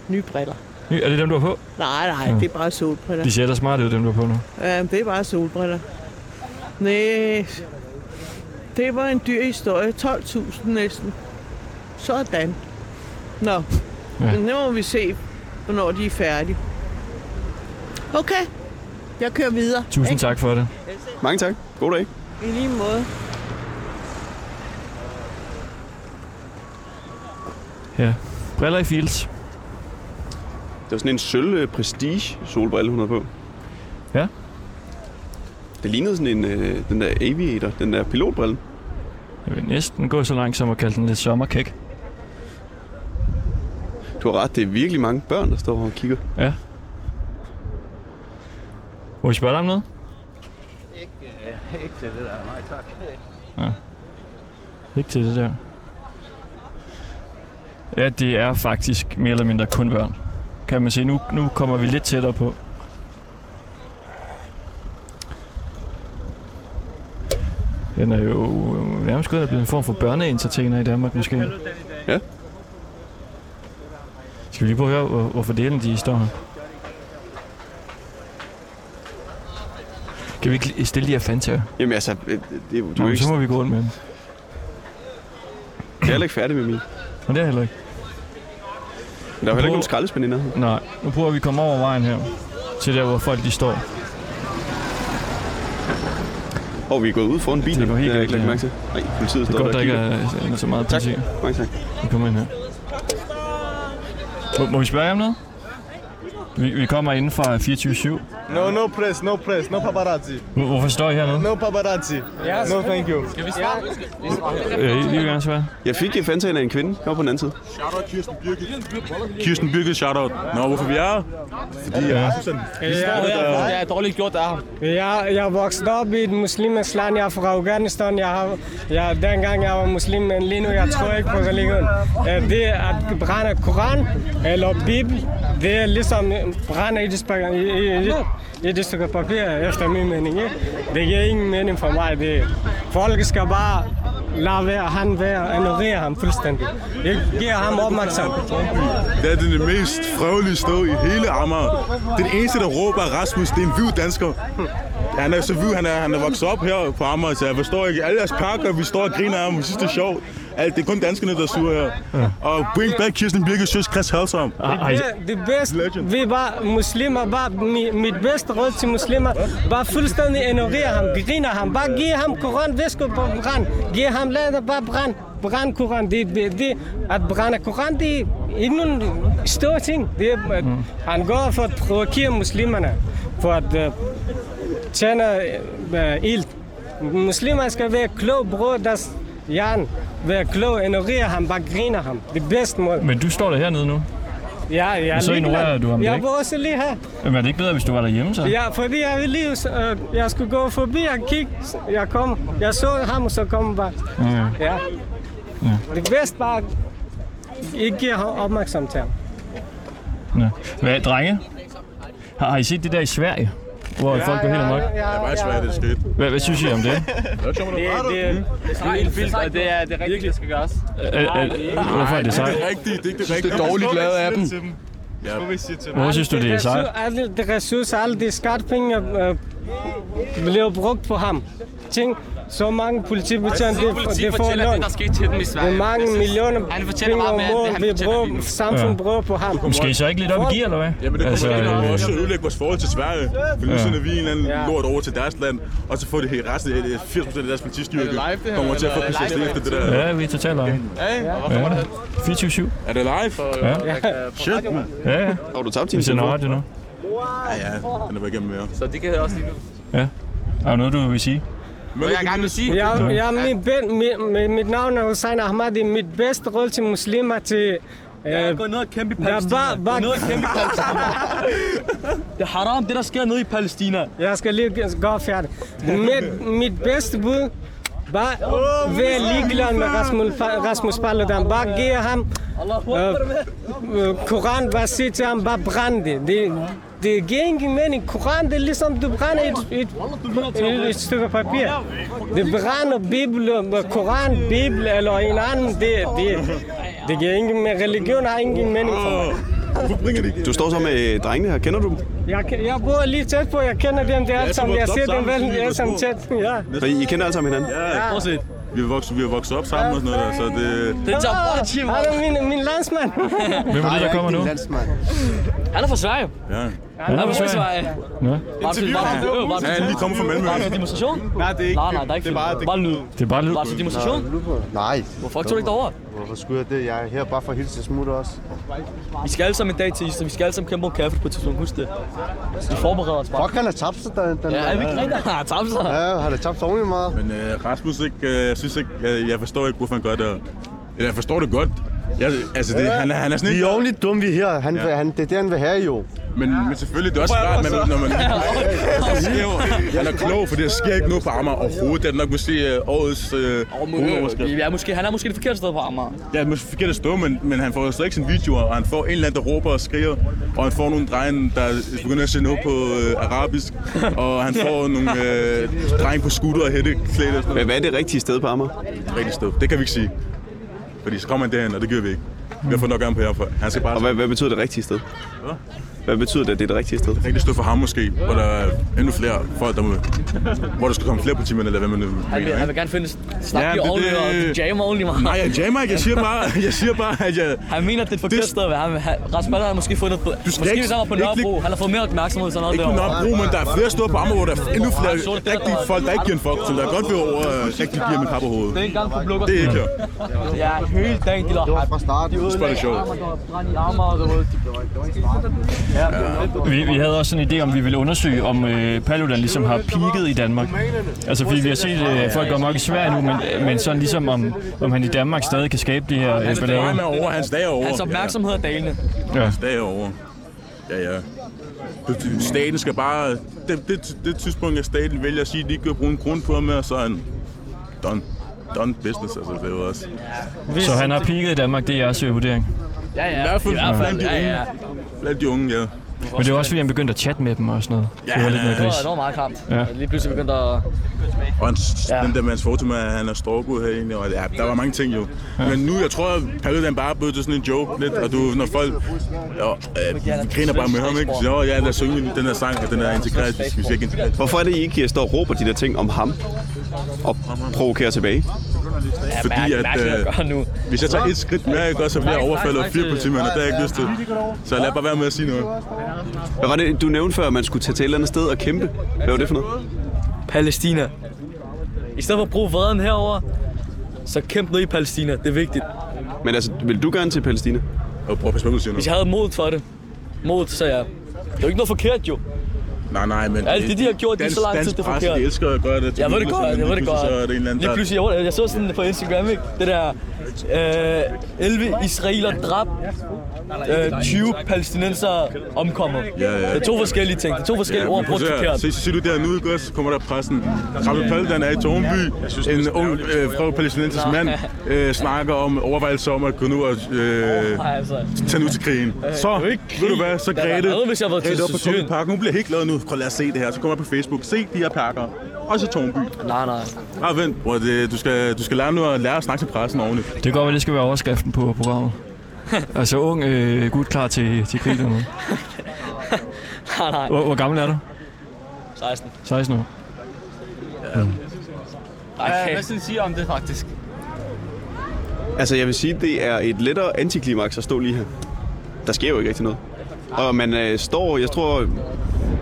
nye briller.
Ny- Er det dem, du har på?
Nej, nej,
Ja.
ja. det er bare solbriller.
De ser da smart ud, dem du har på nu.
Ja, det er bare solbriller. Næh, det var en dyr historie. 12.000 næsten. Sådan. Nå, ja. men nu må vi se, hvornår de er færdige. Okay, jeg kører videre.
Tusind
ikke?
tak for det.
Mange tak. God dag.
I lige måde.
Briller i Fields.
Det var sådan en sølv øh, prestige solbrille, hun havde på.
Ja.
Det lignede sådan en, øh, den der aviator, den der pilotbrille.
Jeg vil næsten gå så langt som at kalde den lidt sommerkæk.
Du har ret, det er virkelig mange børn, der står og kigger.
Må vi spørge dig om noget? Ikke til det der. Ja, det er faktisk mere eller mindre kun børn. Kan man sige, nu, nu kommer vi lidt tættere på. Den er jo øh, nærmest gået at blive en form for børneentertainer i Danmark måske.
Ja.
Skal vi lige prøve at høre, hvor- hvorfor delen de står her? Kan vi ikke lige stille de her fanta?
Jamen altså, øh, det, er jo- du er
Nå,
jo
men
ikke,
så må vi gå rundt med dem.
jeg er heller ikke færdig med min.
Men det er heller ikke.
Der er jo heller ikke nogen skraldespand i nærheden.
Nej, nu prøver vi at komme over vejen her, til der, hvor folk de står.
Og vi er gået ud foran bilen.
går helt
har jeg
galt,
ikke lagt
ja.
mærke til. Nej, politiet
Det er
står
godt,
der og
der ikke
kigger.
er øh, så meget
Tak.
politi.
Mange tak.
Vi kommer ind her. Må, må vi spørge jer om noget? Vi, vi kommer inden fra 24-7.
No, no press, no press, no paparazzi.
Hvor- Hvorfor står I hernede?
No paparazzi. No, thank you.
Øh, I, I vil gerne svare.
Jeg fik en fantagen af en kvinde. Jeg var på den anden side.
Kirsten Birgit, shoutout. Nå, hvorfor vi er her?
Det er dårligt gjort af ham.
Jeg, jeg er vokset op i et muslimsk land. Jeg er fra Afghanistan. Jeg har, jeg, dengang jeg var muslim, men lige nu jeg tror ikke på religion. Øh, Det at brænde Koran eller Bibel, det er ligesom brænde i det stykke, i, i, i, i det stykke papir, efter min mening. Ikke? Det giver ingen mening for mig. Det, folk skal bare lade være, han være, annullere ham fuldstændig. Det giver ham opmærksomhed.
Det er det mest frøvelige sted i hele Amager. Den eneste, der råber er Rasmus, det er en hvid dansker. Han er så hvid, han er, han er vokset op her på Amager, så jeg forstår ikke. Alle jeres pakker, vi står og griner af ham, vi synes, det er sjovt. Alt, det er kun danskerne, der er sure her. Og bring back Kirsten Birgit, søs Chris Halsom.
Ej, ej,
Det, det bedste, vi var muslimer, bare, mi, mit bedste råd til muslimer, bare fuldstændig ignorere ham, grine ham, bare give ham koran, væske på koran, give ham lader, bare brænd, brænd koran, det, det, det, at brænde koran, det er ikke nogen stor ting, det, er,
Hmm.
mm. han går for at provokere muslimerne, for at uh, tjene uh, ild. Muslimer skal være klog, bror deres hjerne, være klog, ignorere ham, bare grine ham, det er bedste måde.
men du står der hernede nu.
Ja, jeg er
så
ligeglad.
ignorerer du ham,
Jeg
ikke?
var også lige her.
Jamen, er det ikke bedre, hvis du var derhjemme så?
Ja, fordi jeg ville lige, øh, jeg skulle gå forbi og kigge. Jeg kom, jeg så ham, og så kom bare.
Ja.
Ja. ja. Det bedste bare, ikke give ham opmærksomhed til ham.
Nå. Hvad, drenge? Har, har I set det der i Sverige? Hvor ja, folk går helt amok?
ja, ja, ja.
det er sket.
Hvad, hvad synes I om det?
Det, det,
Det er helt vildt, og det er det rigtige, der skal gøres.
Æ, æ, Øh, hvorfor er det
Det er
sejt?
det rigtige, det er ikke det rigtige.
Det er dårligt lavet af dem.
Hvorfor synes du, det er sejt?
Alle de ressourcer, alle de skatpenge øh, blev øh, brugt på ham. Ting, så mange politibetjente,
Det
det,
politi
det får
Altså, fortæller
løn.
det, der skete til dem i
Hvor
Sverige. Altså,
mange millioner
Han fortæller
penge
meget
om
mere, end det,
året,
han
vi
fortæller lige nu.
bruger, samfundet
Ja.
bruger på ham.
Måske I så ikke lidt op i gear, eller hvad?
Jamen det
Altså,
kommer altså,
øh,
øh... også at ødelægge vores forhold til Sverige. For nu sender vi en eller anden lort over til deres land, og så får det hele resten af øh, 80% af deres politistyrke.
live, det her,
Kommer til at få
eller
PCSD
live?
efter det der.
Ja, vi er totalt live. Ja. 24-7.
Er det live?
Ja.
Shit, mand.
Ja, ja.
Har du tabt din
Vi sender
telefon?
radio nu.
Ja, ja. Den er bare igennem mere.
Så det kan jeg også lige nu.
Er der noget, du vil sige?
Hvad jeg gerne vil sige,
Jeg, jeg, mit, ben, mit, mit, mit navn er Hussein Ahmadi. Mit bedste råd til muslimer til... Øh, ja,
gå ned og kæmpe i
bare, bare,
Det er haram, det der sker nede i Palæstina.
jeg skal lige gå færdig. Mit, mit bedste bud, bare vær ligeglad med Rasmus, Rasmus Paludan. Bare giv ham øh, øh, Koran, bare sig til ham, bare brænd det. det. Det giver ingen mening. Koran, det er ligesom, du brænder et, et, et, et stykke papir. Det brænder Bibel, og Koran, Bibel eller en anden. Det, det, det giver ingen mening. Religion har ingen mening for mig.
Hvorfor bringer de ikke?
Du står så med drengene her. Kender du dem?
Jeg, ke- jeg bor lige tæt på, jeg kender dem, det er alt sammen. Jeg
top
ser dem
sammen,
vel,
fordi vi
alle
var
sammen
små.
tæt. Ja.
Så I, I kender alle sammen hinanden?
Ja, prøv at se. Vi er vokset, vi er vokset op sammen og sådan noget der, så det...
Det er
Ah.
Jabrachi,
Han er min, min landsmand.
*laughs* Hvem er det, der kommer nu?
Han er fra Sverige.
Ja.
Han
er
er
fra
fra
Sverige.
Sverige.
Nå.
Var det til var det til- øh, var det
Ja,
til-
han er lige kommet fra Malmø.
var det til demonstration?
Nej, det er ikke
Nej, nej, der er ikke
Det er bare,
film.
det,
Bare lyd.
Det er bare lyd.
Var det til demonstration?
Nej.
Hvorfor tog du ikke derover?
Hvorfor skulle jeg det? Jeg er her bare for at hilse og smutte også.
Vi skal alle sammen en dag til Island. Vi skal alle sammen kæmpe om kaffe på et tidspunkt. Husk det. Så vi forbereder os bare.
Fuck, han har tabt sig, den, den
Ja, er vi ikke rigtigt? Han har tabt sig.
Ja, han har tabt sig ordentligt meget.
Men øh, Rasmus, ikke, øh, jeg synes ikke, jeg, jeg forstår ikke, hvorfor han gør det. Eller jeg forstår det godt. Jeg, altså, det, han, er, han er sådan
Vi
ikke...
er ordentligt dumme, vi er her. Han, ja. han, det er det, han vil have, jo.
Men, men selvfølgelig, det er også svært, men, når man... Han er klog, for der sker ikke noget på Amager overhovedet. Det er nok måske øh, årets øh, hovedoverskrift.
Ja, måske, han er måske det forkerte sted på Amager.
Ja, det er måske forkert at stå, men, men han får jo slet ikke sin video, og han får en eller anden, der råber og skriger, og han får nogle drenge, der begynder at se noget på øh, arabisk, og
*laughs*
han får nogle øh, drenge på skutter og hætteklæde og sådan
Hvad,
noget.
hvad er det rigtige sted på Amager?
Rigtig stød. Det kan vi ikke sige. Fordi så kommer han derhen, og det gør vi ikke. Vi har fået nok gang på herfor. Han skal
Og
bare
hvad, hvad betyder det rigtige sted? Hvad betyder det, at det er det rigtige sted?
rigtig stød for ham måske, hvor der er endnu flere folk, der må, hvor der skal komme flere politimænd, eller hvad man nu
Han vil,
mener.
han
ikke?
vil gerne finde snak
Ja,
i
det-
ovnen og
det-
jamme oven i mig.
Nej, jeg jammer ikke. Jeg siger bare, jeg siger bare at jeg...
Han mener, at det er et forkert
Det-
sted at være. Han- han- Rasmus Paludan har måske fundet på...
skal
Måske
ikke-
hvis han var på
ikke
Nørrebro.
lige-
Han har fået mere opmærksomhed sådan noget
Ikke kun
derovre.
Nørrebro, men der er flere steder på Amager, hvor der er endnu flere
Ej, sorte
rigtige
pletter.
folk, der ikke giver en fuck, som der godt vil over øh, rigtig giver med kapper hovedet.
Det er ikke engang på Blukker.
Det er ikke her.
Ja, hele dagen, de lader
Fra start.
Det er bare det sjovt.
brænde i armer, og du ved.
Vi, vi havde også en idé om, vi ville undersøge, om øh, Paludan ligesom har peaked i Danmark. Altså, fordi vi har set øh, folk går nok i Sverige nu, men, men sådan ligesom, om, om han i Danmark stadig kan skabe de her øh,
Hans
ballader.
drama er over, hans dag er over.
Hans
opmærksomhed er dalende.
Ja.
Hans dag er over. Ja, ja. Du- du- Staten skal bare... Det, det, det tidspunkt, at staten vælger at sige, at de ikke vil bruge en krone på ham, og så er han done. Done business, altså det er jo også.
Så han har peaked i Danmark, det er jeres øh, vurdering.
Ja, ja.
I hvert fald,
i hvert fald,
blandt de
ja,
unge.
ja.
Blandt de unge, ja.
Men det var også, fordi han begyndte at chatte med dem og sådan noget.
Ja,
det var lidt
ja,
mere
ja.
gris.
Det var-
Det var meget klamt.
Ja.
Lige pludselig begyndte at...
Og hans, ja. den der mands foto med, at han er storkud herinde, og ja, der var mange ting jo. Ja. Men nu, jeg tror, at Paludan bare er blevet til sådan en joke lidt, og du, når folk ja, øh, griner bare med ham, ikke? Så, "Åh, ja, lad os synge den her sang, og den er integreret, vi skal ikke integrere.
Hvorfor er det, I ikke står og råber de der ting om ham og provokerer tilbage?
Fordi at, øh, hvis jeg tager et skridt mere, ikke, også, så bliver jeg overfaldet af fire politimænd, og det har jeg ikke lyst til. Så lad bare være med at sige noget.
Hvad var det, du nævnte før, at man skulle tage til et eller andet sted og kæmpe? Hvad var det for noget?
Palæstina. I stedet for at bruge vreden herover, så kæmp ned i Palæstina. Det er vigtigt.
Men altså, vil du gerne til Palæstina?
Og prøv at passe på, hvad du siger nu.
Hvis jeg havde mod for det. Mod, så jeg. Det er jo ikke noget forkert, jo.
Nej, nej, men...
Alt det, de har gjort, det er
dansk-
så lang tid,
dansk
det er
presse,
forkert.
de elsker at gøre det til
Jeg ved det
lige
godt,
pludselig,
jeg ved det
lige
godt.
pludselig, så er det en eller anden,
Lige
der-
pludselig, jeg, jeg så sådan på Instagram, ikke? Det der, øh, 11 israeler dræbt, øh, 20 palæstinenser omkommet. Det er to forskellige ting. Det er to forskellige ord
men
brugt
prøv at se her.
forkert.
Se, se, du der nu, ikke også? Kommer der pressen. Ramme Paludan er i Tornby. En ung øh, fra palæstinensisk
Nå.
mand øh, snakker om overvejelser om at gå nu og øh,
Nej, altså.
tage nu til krigen.
Øh,
Så, ved du hvad, så
Der var
Grete,
noget, hvis jeg var til
Grete op på
Syrien.
Tornby Park. Hun bliver helt glad nu. Prøv lad os se det her. Så kommer jeg på Facebook. Se de her pakker. Også Tornby.
Nej, nej.
Ah, vent, bror, det, du, skal, du skal lære nu at lære at snakke til pressen ordentligt.
Det går, at det skal være overskriften på programmet. altså ung øh, gut klar til, til krig dernede.
Nej, nej.
Hvor, hvor gammel er du?
16.
16 år.
Okay.
Hvad synes I om det faktisk?
Altså, jeg vil sige, det er et lettere antiklimaks at stå lige her. Der sker jo ikke rigtig noget. Og man øh, står, jeg tror,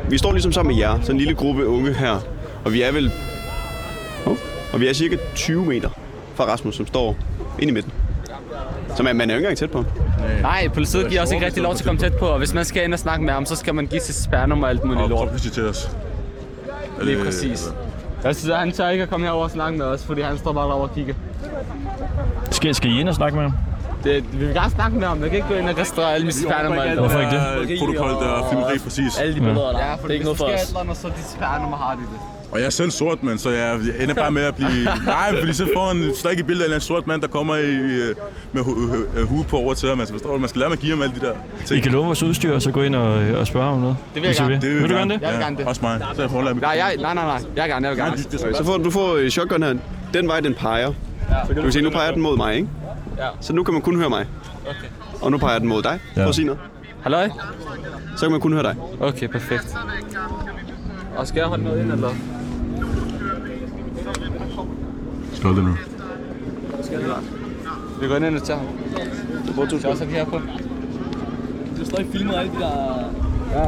vi står ligesom sammen med jer, sådan en lille gruppe unge her. Og vi er vel, Hov. og vi er cirka 20 meter fra Rasmus, som står ind i midten. Så man, man er jo ikke engang tæt på ham.
Nej, politiet giver også ikke rigtig lov til at komme tæt på, og hvis man skal ind og snakke med ham, så skal man give sit spærrenummer og alt muligt lort.
Og til os.
Lige
Øh,
Øh,
præcis. Jeg synes, at han tør ikke at komme herover og snakke med os, fordi han står bare derovre og kigger.
Skal, skal I ind og snakke med ham?
Det, vi vil gerne snakke med ham, jeg kan ikke gå ind og registrere alle mine spærrenummer. og alt
Hvorfor
lort.
ikke
det? Protokol, der er filmeri, præcis.
Alle de
Ja.
billeder, der
Ja, for
det er ikke noget for
hvis der
os. Og så de spærrenummer har de det.
Og jeg er selv sort, mand, så jeg jeg ender bare med at blive... Nej, fordi så får han slet ikke et billede af en eller anden sort mand, der kommer i, øh, med hu- hu- hu- hue på over til ham. Altså, forstår du? Man skal lære med at give ham alle de der ting.
I kan love vores udstyr, og så gå ind og, øh, og spørge om noget.
Det vil jeg
Hvis I
gerne.
Vil.
Det vil
vil,
jeg
du gerne det?
gerne. Ja,
gerne det.
Også mig. Så jeg får lavet
Nej, jeg, nej, nej, nej. Jeg gerne, jeg vil gerne.
Så får du får øh, shotgun her. Den vej, den peger. Du kan se, nu peger den mod mig, ikke?
Ja.
Så nu kan man kun høre mig. Og nu peger den mod dig. Prøv at sige noget.
Halløj?
Så kan man kun høre dig.
Okay, perfekt. Og skal jeg holde noget ind, eller?
Skål det nu.
Vi går ind og tager ham. Du skal også have her på.
Du står ikke filmet alle de der...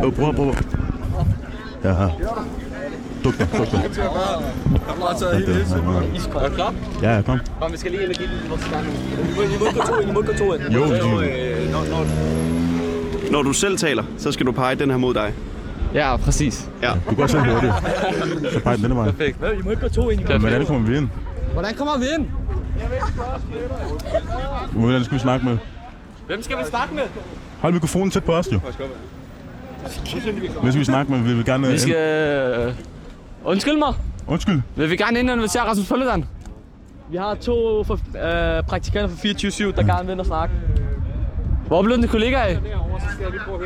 Åh, bror, bror. Ja, her. Duk dig, duk dig.
Er du klar?
Ja, ja, kom.
Kom, vi skal lige ind og give den vores gang.
I må ikke gå to ind, I må ikke gå to ind.
Jo, jo.
øh,
Når du selv taler, så skal du pege den her mod dig.
Ja, præcis.
Ja.
Du kan også selv
*laughs*
høre det. Så peger den denne vej.
Perfekt.
Hvad, I må ikke gå to ind, I må
Men hvordan kommer vi ind?
Hvordan kommer vi ind?
Hvordan skal vi snakke med?
Hvem skal vi snakke med?
Hold mikrofonen tæt på os, jo. Hvem skal vi snakke med? Vi vil gerne...
Vi skal... Undskyld mig.
Undskyld.
Vil vi gerne ind og invitere Rasmus Paludan? Vi har to for, øh, praktikanter fra 24-7, der gerne vil ind og snakke. Hvor blev den kollega af?
Hvor? Uanset om man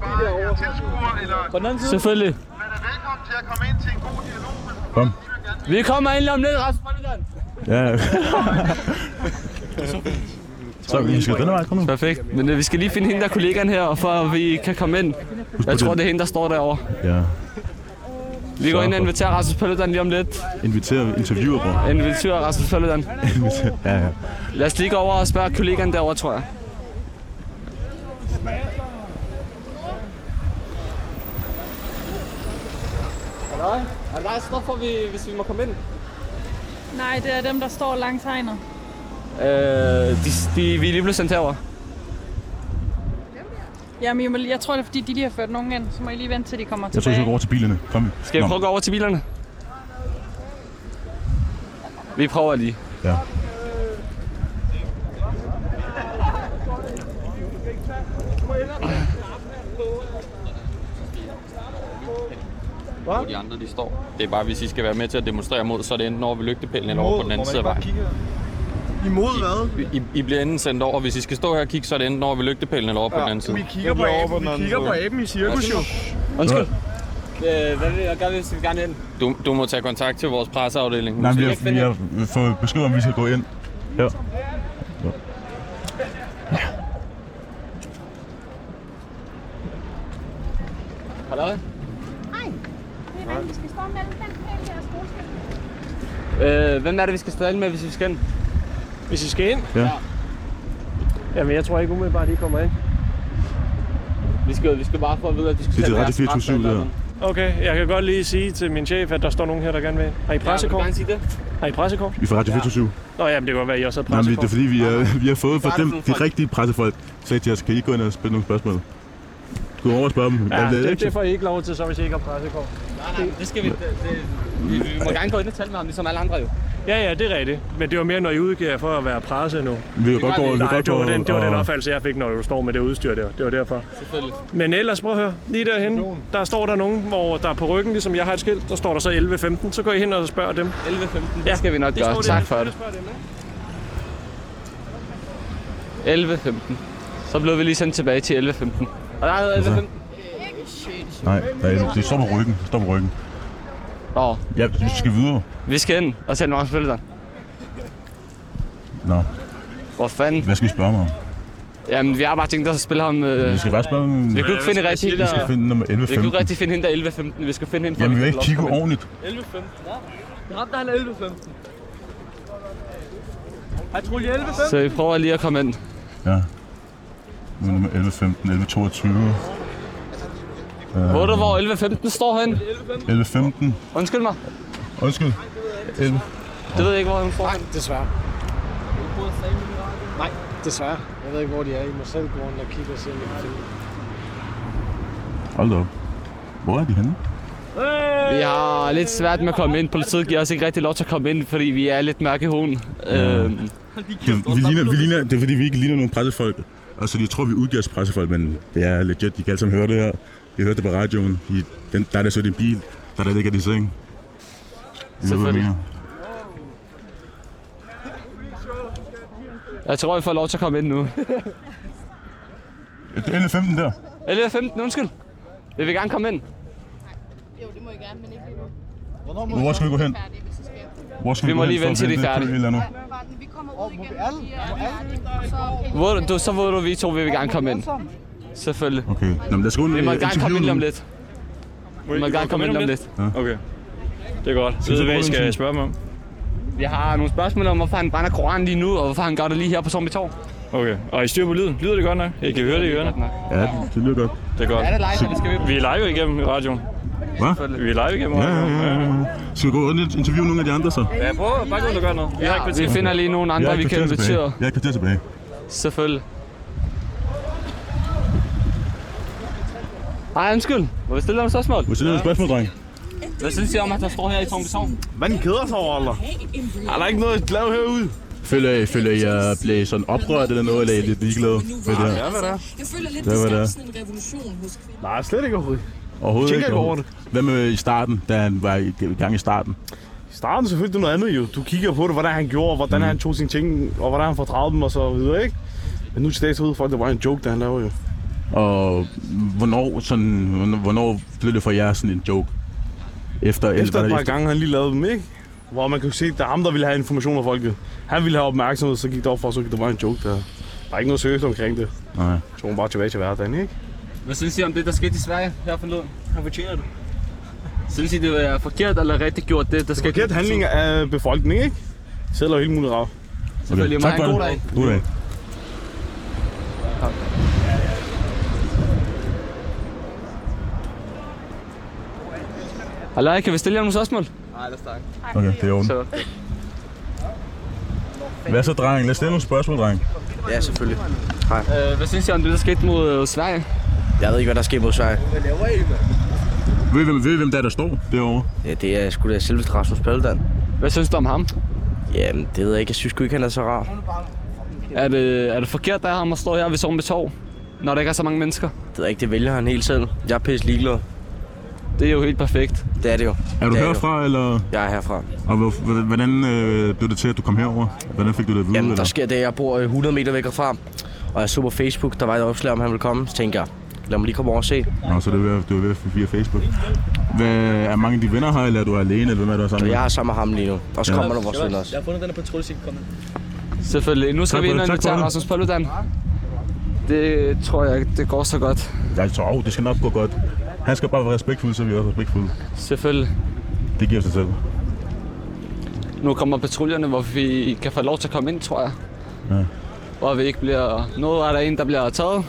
bare er tilskuer eller...
På den anden side? Selvfølgelig.
Kom.
Vi kommer ind lige om lidt, Rasmus Paludan.
Ja. Så vi skal denne vej, kom nu.
Perfekt. Men øh, vi skal lige finde hende der kollegaen her, og for at vi kan komme ind. Jeg tror, det er hende, der står derovre.
Ja.
Vi går
Så-
ind og inviterer Rasmus Paludan lige om lidt.
Inviterer interviewer, bror.
Inviterer Rasmus Paludan.
Inviterer- ja, ja.
Lad os lige gå over og spørge kollegaen derovre, tror jeg. Halløj. Er der stoffer, vi, hvis vi må komme ind?
Nej, det er dem, der står langs hegnet.
Øh, de, de, vi er lige blevet sendt herover.
Jamen, jeg, må lige- jeg tror, det er fordi, de lige har ført nogen ind. Så må I lige vente, til de kommer
Jeg tror, vi
tilbage.
skal gå over til bilerne. Kom.
Skal vi prøve at gå over til bilerne? Vi prøver lige.
Ja.
Hvor de andre de står. Det er bare, hvis I skal være med til at demonstrere mod, så er det enten over ved lygtepælen eller over på den anden side af vejen.
Imod hvad?
I, I bliver enten sendt over, og hvis I skal stå her og kigge, så er det enten over ved lygtepælen eller over på
Ja,
den anden side.
vi kigger på Jeg bliver aben. over på den Vi anden kigger side. på aben i cirkus, jo.
Undskyld.
Øh, hvad vil jeg gøre, hvis vi gerne ind?
Du, du må tage kontakt til vores presseafdeling.
Nej, vi har, vi har fået besked om, at vi skal gå ind. Ja.
Halløj.
Hej. Det er rigtigt, vi skal stå mellem den pæl her og skoleskilt.
Øh, hvem er det, vi skal stå med, hvis vi skal ind?
Hvis I skal ind?
Ja.
Jamen, jeg tror ikke umiddelbart, I kommer ind.
Vi skal, vi skal bare få at vide, at vi skal
Det er
sætte
det rette
deres straf
24-7,
eller
det her.
sådan.
Okay, jeg kan godt lige sige til min chef, at der står nogen her, der gerne vil ind. Har I pressekort? Ja,
sige det?
Har I pressekort?
Vi får Radio 24
Nå, jamen, det kan godt være, at I også har
Nej, men det
pressekort.
er fordi, vi, er, vi har fået fra
Der er
dem,
nogle
de
folk.
rigtige pressefolk, sagde til os, kan I gå ind og stille nogle spørgsmål? Gå over og spørge dem.
Ja,
er
det,
ikke-
det får I ikke lov til, så hvis I ikke har pressekort.
Nej, nej, det skal vi... Det, det, vi, vi må gerne gå ind og tale med ham, ligesom alle andre jo.
Ja, ja, det er rigtigt. Men det var mere, når I udgav jer for at være presse nu.
Vi kan godt gå- vi kan
Nej,
godt
det var
gå-
den, det var den
og-
opfattelse, jeg fik, når du står med det udstyr der. Det var derfor.
Selvfølgelig.
Men ellers, prøv at høre. Lige derhen, der står der nogen, hvor der er på ryggen, ligesom jeg har et skilt, der står der så 11.15. Så går I hen og spørger dem.
11.15, det skal vi nok
det
gøre.
står
Tak
der.
for det. 11.15. Så blev vi lige sendt tilbage til 11.15. Og der hedder 11.15.
Nej, nej, det står på ryggen. Det står på ryggen.
Nå,
Ja, vi skal videre.
vi skal ind og sende Markus Pølledan.
Nå,
Hvor fanden?
hvad skal vi spørge mig om?
Jamen, vi har bare tænkt os at spille ham... Øh...
Vi skal bare spørge dem.
Vi kunne ikke finde rigtig
Vi skal finde nummer
Vi kunne ikke
11.15.
rigtig finde hende der 11.15. Vi skal finde hende... for
Jamen, vi vil
kan
ikke kigge
få lov at komme ind.
ordentligt.
11.15, ja. Vi ramte han 11.15. Hej, Trulje, 11.15. Så vi prøver lige at komme ind.
Ja. Nu er nummer 11.15, 11.22.
Hvor er det, hvor 11.15 står hen?
11.15.
Undskyld mig.
Øh, Undskyld. 11.
Det ved jeg ikke, hvor han får Nej,
desværre.
Nej.
Desværre. Jeg ved ikke, hvor de er. I må selv gå rundt og kigge og se, om I kan finde
Hold da op. Hvor er de henne?
Vi har lidt svært med at komme ind. Politiet giver os ikke rigtig lov til at komme ind, fordi vi er lidt mørke i hoven. Øhm,
Det, vi ligner, vi ligner, det er fordi, vi ikke ligner nogen pressefolk. Altså, de tror, vi udgiver os pressefolk, men det er legit. De kan alle sammen høre det her. Vi hørte det på radioen. I, den, der er der så din bil. Der er der ligger de i seng. I ved, hvad jeg
Selvfølgelig.
mener.
jeg tror, vi får lov til at komme ind nu.
Det er 11.15 der.
11.15, undskyld. Vil vi gerne komme ind?
Jo, det må I gerne, men ikke lige nu.
må Hvor vi skal vi gå hen? Hvor skal
Vi
gå
må
hen
lige
for at
vente til de
vente
er
på
færdige.
et eller andet?
Vi kommer ud igen. Hvor
Hvor, du, så ved du, vi to vil vi gerne komme ind. Selvfølgelig.
Okay. Nå, men lad os gå ind
Vi
og
må gerne komme
interviewe
ind lige om
dem.
lidt. Vi må gerne komme ind om lidt.
Ja.
Okay. Det er godt.
Så
Så ved I, hvad I
prøv lige-
skal spørge mig om?
Vi har nogle spørgsmål om, hvorfor han brænder Koranen lige nu, og hvorfor han gør det lige her på Tormi Torv.
Okay. Og I styr på lyden? Lyder det godt nok? I kan høre det i ørerne?
Ja, det lyder godt.
Det er godt.
Er det live, eller skal vi-
Vi er live igennem i radioen.
Hvad?
Vi er live igennem
Ja,
radioen.
ja, ja, ja. Skal vi gå rundt og interviewe nogle af de andre så?
Ja, prøv bare gå ud og gøre noget. Vi har et kvarter.
Vi finder lige nogle
Jeg
andre,
er
vi
et
kan
kvarter tilbage.
invitere.
Jeg er et kvarter tilbage.
Selvfølgelig. Hej, undskyld. Må vi stille dig et spørgsmål?
Må jeg stille dig et spørgsmål, dreng?
Hvad synes I om, at der står her i Tormi Torv?
Man keder sig over, eller? Er der ikke noget at lave herude?
Føler I, føler I, jeg blev sådan oprørt eller noget, eller er I lidt ligeglade med det her?
Ja, hvad der?
Jeg føler lidt,
Hvad
det
var
skabte
det?
sådan en revolution hos kvinder.
Nej, slet ikke overhovedet.
Overhovedet
Tænker ikke over
overhovedet. Hvad med i starten, da han var i i gang i starten?
I starten selvfølgelig det er noget andet jo. Du kigger på det, hvordan han gjorde, hvordan
Mm.
han tog sine ting, og hvordan han fordragede dem og så videre, ikke? Men nu til dags ved folk, det var en joke, der han laver jo.
Og hvornår, sådan, hvornår- hvornår blev det for jer sådan en joke? Efter,
Efter et
eller-
par gange, han lige lavede dem, ikke? Hvor man kan se, at det er ham, der ville have information af folket. Han ville have opmærksomhed, så gik det op for, os, så det var en joke der. Der er ikke noget seriøst omkring det.
Nej.
Så går man bare tilbage til hverdagen, ikke?
Hvad synes I om det, der skete i Sverige her forleden? Han fortjener det. Synes I, det er forkert eller rigtigt gjort, det der skete?
Forkert handling af befolkningen, ikke? Sædler og hele muligt rav.
Selvfølgelig, må
tak
have en
for
god
det.
dag.
God dag.
Hallo, kan vi stille jer nogle spørgsmål?
Nej, det er stærkt.
Okay, det er ondt.
Så.
Hvad så, dreng? Lad os stille nogle spørgsmål, dreng.
Ja, selvfølgelig.
Hej.
Øh, hvad synes I om det, der skete mod øh, Sverige?
Jeg ved ikke, hvad der sker mod Sverige.
Ved I, hvem, ved I, hvem der, er, der står derovre?
Ja, det er sgu da selveste Rasmus Paludan.
Hvad synes du om ham?
Jamen, det ved jeg ikke. Jeg synes sgu ikke, han er så rar.
Er det, er det forkert, der er ham at stå her ved Sorgen ved Torv, når der ikke er så mange mennesker?
Det ved jeg ikke, det vælger han helt selv. Jeg er pisse ligeglad.
Det er jo helt perfekt.
Det er det jo.
Er du
det
herfra, eller?
Jeg er herfra.
Og hvor- hvor- hvordan øh, blev det til, at du kom herover? Hvordan fik du det at vide?
Jamen, der
eller?
sker det, jeg bor øh, 100 meter væk herfra. Og jeg så på Facebook, der var et opslag, om han ville komme. Så tænkte jeg, lad mig lige komme over og se.
Nå, så det er ved, at- det er ved at via Facebook. Hvad, er mange af de venner her, eller er du alene, eller hvem er du sammen med?
Jeg er sammen med ham lige nu. Og så
Ja.
kommer der vores venner også.
Jeg har fundet den her patrulje, så I kan komme ind.
Selvfølgelig. Nu skal
Tak
vi
for
ind
det, tak
og
for
invitere
det.
Rasmus Paludan. Det tror jeg ikke, det går så godt.
Jeg tror, oh, det skal nok gå godt. Han skal bare være respektfuld, så er vi også respektfulde.
Selvfølgelig.
Det giver sig selv.
Nu kommer patruljerne, hvor vi kan få lov til at komme ind, tror jeg.
Ja.
Hvor vi ikke bliver... Nu er der en, der bliver taget.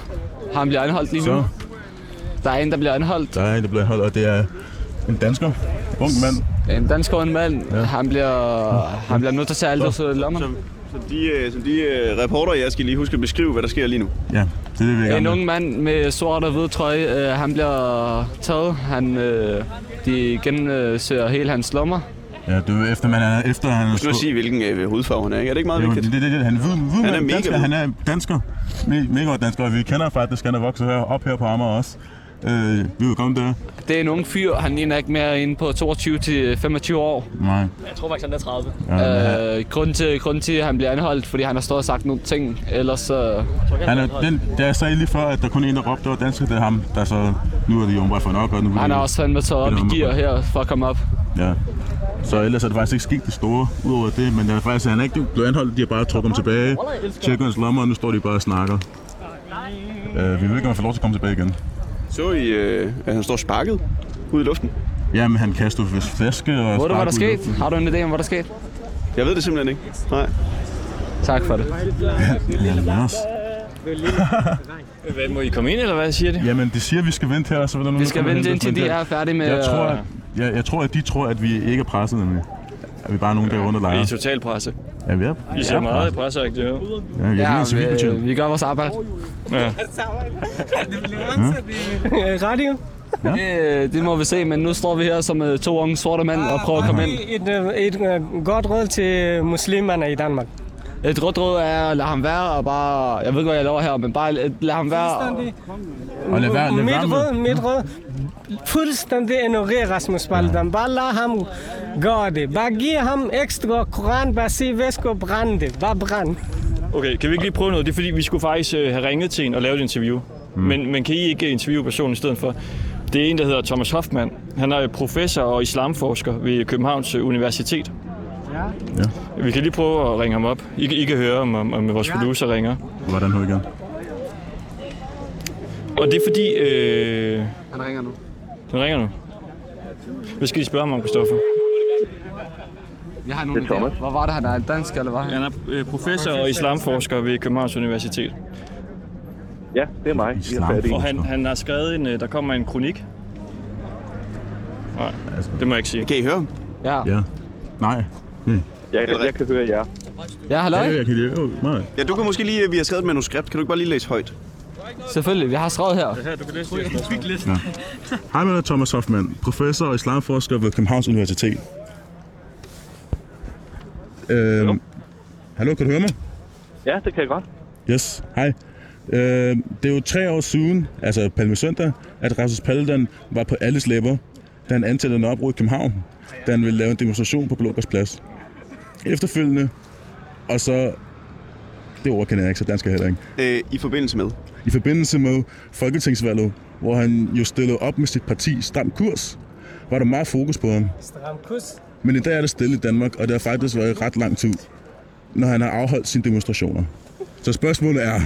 Han bliver anholdt lige nu. Der er en, der bliver anholdt.
Der er en, der bliver holdt, og det er en dansker. Ung mand.
En dansker og en mand. Ja. Han bliver... Han bliver nødt til at tage alt, der sidder i lommen.
Så de, øh, så de øh, reporter, jeg skal lige huske at beskrive, hvad der sker lige nu.
Ja, det er det, vi er i gang
En
med.
ung mand med sort og hvid trøje, øh, han bliver taget. Han, øh, de gennemsøger hele hans lommer.
Ja, det er efter, man er efter, han er
Du skal sige, hvilken øh, hudfarve han er, ikke? Er det ikke meget
Jo,
vigtigt?
det, det, det, det. Han er hvid, hvid
Han
han
er
er
mega
dansker.
hvid.
Han er dansker. Me- Mega godt dansker. og Vi kender faktisk, han er vokset her, op her på Amager også. Øh, vi vil komme der.
Det er en ung fyr, han ligner ikke mere end på 22-25 år.
Nej.
Jeg tror faktisk, han er 30.
Ja, øh, grunden, til, grunden til, at han bliver anholdt, fordi han har stået og sagt nogle ting. Ellers øh, så...
Han er, den, der jeg sagde lige før, at der kun er en, der råbte, og dansker, det er ham. Der så, nu er det jo bare for nok. Og nu vil
han er
de-
også fandme taget op
Det er
i
nummer-
gear her for at komme op.
Ja. Så ellers er det faktisk ikke sket det store, udover det, men det er faktisk, han er ikke blevet anholdt, de har bare trukket ham tilbage, tjekket hans lommer, og nu står de bare og snakker. Øh, vi ved ikke, om han får lov til at komme tilbage igen.
Så I, øh, at han står sparket ude i luften?
Jamen, han kastede flaske og
Hvor er det, hvad der
sparkede i
skete? Har du en idé om, hvad der skete?
Jeg ved det simpelthen ikke. Nej.
Tak for det.
Ja, yes.
Hvad, må I komme ind, eller hvad siger de?
Jamen, de siger, at vi skal vente her, og så vil der nogen,
Vi
der
skal
kommer
vente
hen,
indtil
men
de
det-
er færdige med
Jeg
at-
tror, at, jeg, jeg tror, at de tror, at vi ikke er presset, nemlig. At vi bare er nogen, der er rundt og
I
leger.
er totalt presse.
Ja, vi er,
I
vi
ser
er
meget
presset.
presseagtige ud.
Ja, vi er ja,
vi,
civilbetjent.
vi gør vores arbejde.
Ja.
øh, Radio?
Ja.
Det, det må vi se, men nu står vi her som øh, to unge sorte mænd og prøver at komme ind.
*laughs* Et, øh, et øh, godt råd til muslimerne i Danmark.
Et rødt råd er at lade ham være og bare... Jeg ved ikke, hvad jeg laver her, men bare øh, lad ham være. Og...
Og lad være- lad
mit
være med-
råd, mit råd, fuldstændig ignorer Rasmus Paludan. Bare lad ham gøre det. Bare giv ham ekstra koran, bare sig, hvad skal brænde det? Bare brænde.
Okay, kan vi ikke lige prøve noget? Det er fordi, vi skulle faktisk øh, have ringet til en og lavet et interview. Mm. Men, men kan I ikke interviewe personen i stedet for? Det er en, der hedder Thomas Hoffmann. Han er professor og islamforsker ved Københavns øh, Universitet. Ja. Vi kan lige prøve at ringe ham op. I, kan- I kan høre, om, om, om vores producer ringer.
Hvordan hører igen?
Og det er fordi... Øh,
Han ringer nu.
den ringer nu. Hvad skal I spørge ham om, Christoffer?
Jeg har nogle
Det er Thomas.
idéer. Hvor var det, han er dansk, eller hvad?
Han er øh, professor og islamforsker ved Københavns Universitet.
Ja, det er mig. Vi har fat i.
Og han, han har skrevet en... øh, Der kommer en kronik. Nej, det må jeg ikke sige.
Kan I høre ham?
Ja.
Ja. Nej.
Jeg, jeg, jeg kan høre jer.
Ja, hallo?
Ja, jeg kan lide. Oh, nej.
Ja, du kan måske lige... øh, Vi har skrevet et manuskript. Kan du ikke bare lige læse højt?
Selvfølgelig, vi har skrevet her.
Ja, du kan læse det.
Ja. Hej, med Thomas Hoffmann, professor og islamforsker ved Københavns Universitet. Øhm, hallo, kan du høre mig?
Ja, det kan jeg godt.
Yes, hej. Øh, det er jo tre år siden, altså Palmesøndag, at Rasmus Paludan var på alles læber, da han antændte en oprør i København, da han ville lave en demonstration på Blågårds Plads. Efterfølgende, og så... Det ord kender jeg ikke, så dansk er jeg heller ikke.
Øh, I forbindelse med.
I forbindelse med Folketingsvalget, hvor han jo stillede op med sit parti Stram Kurs, var der meget fokus på ham.
Stram kurs.
Men i dag er det stille i Danmark, og det har faktisk været i ret lang tid, når han har afholdt sine demonstrationer. Så spørgsmålet er,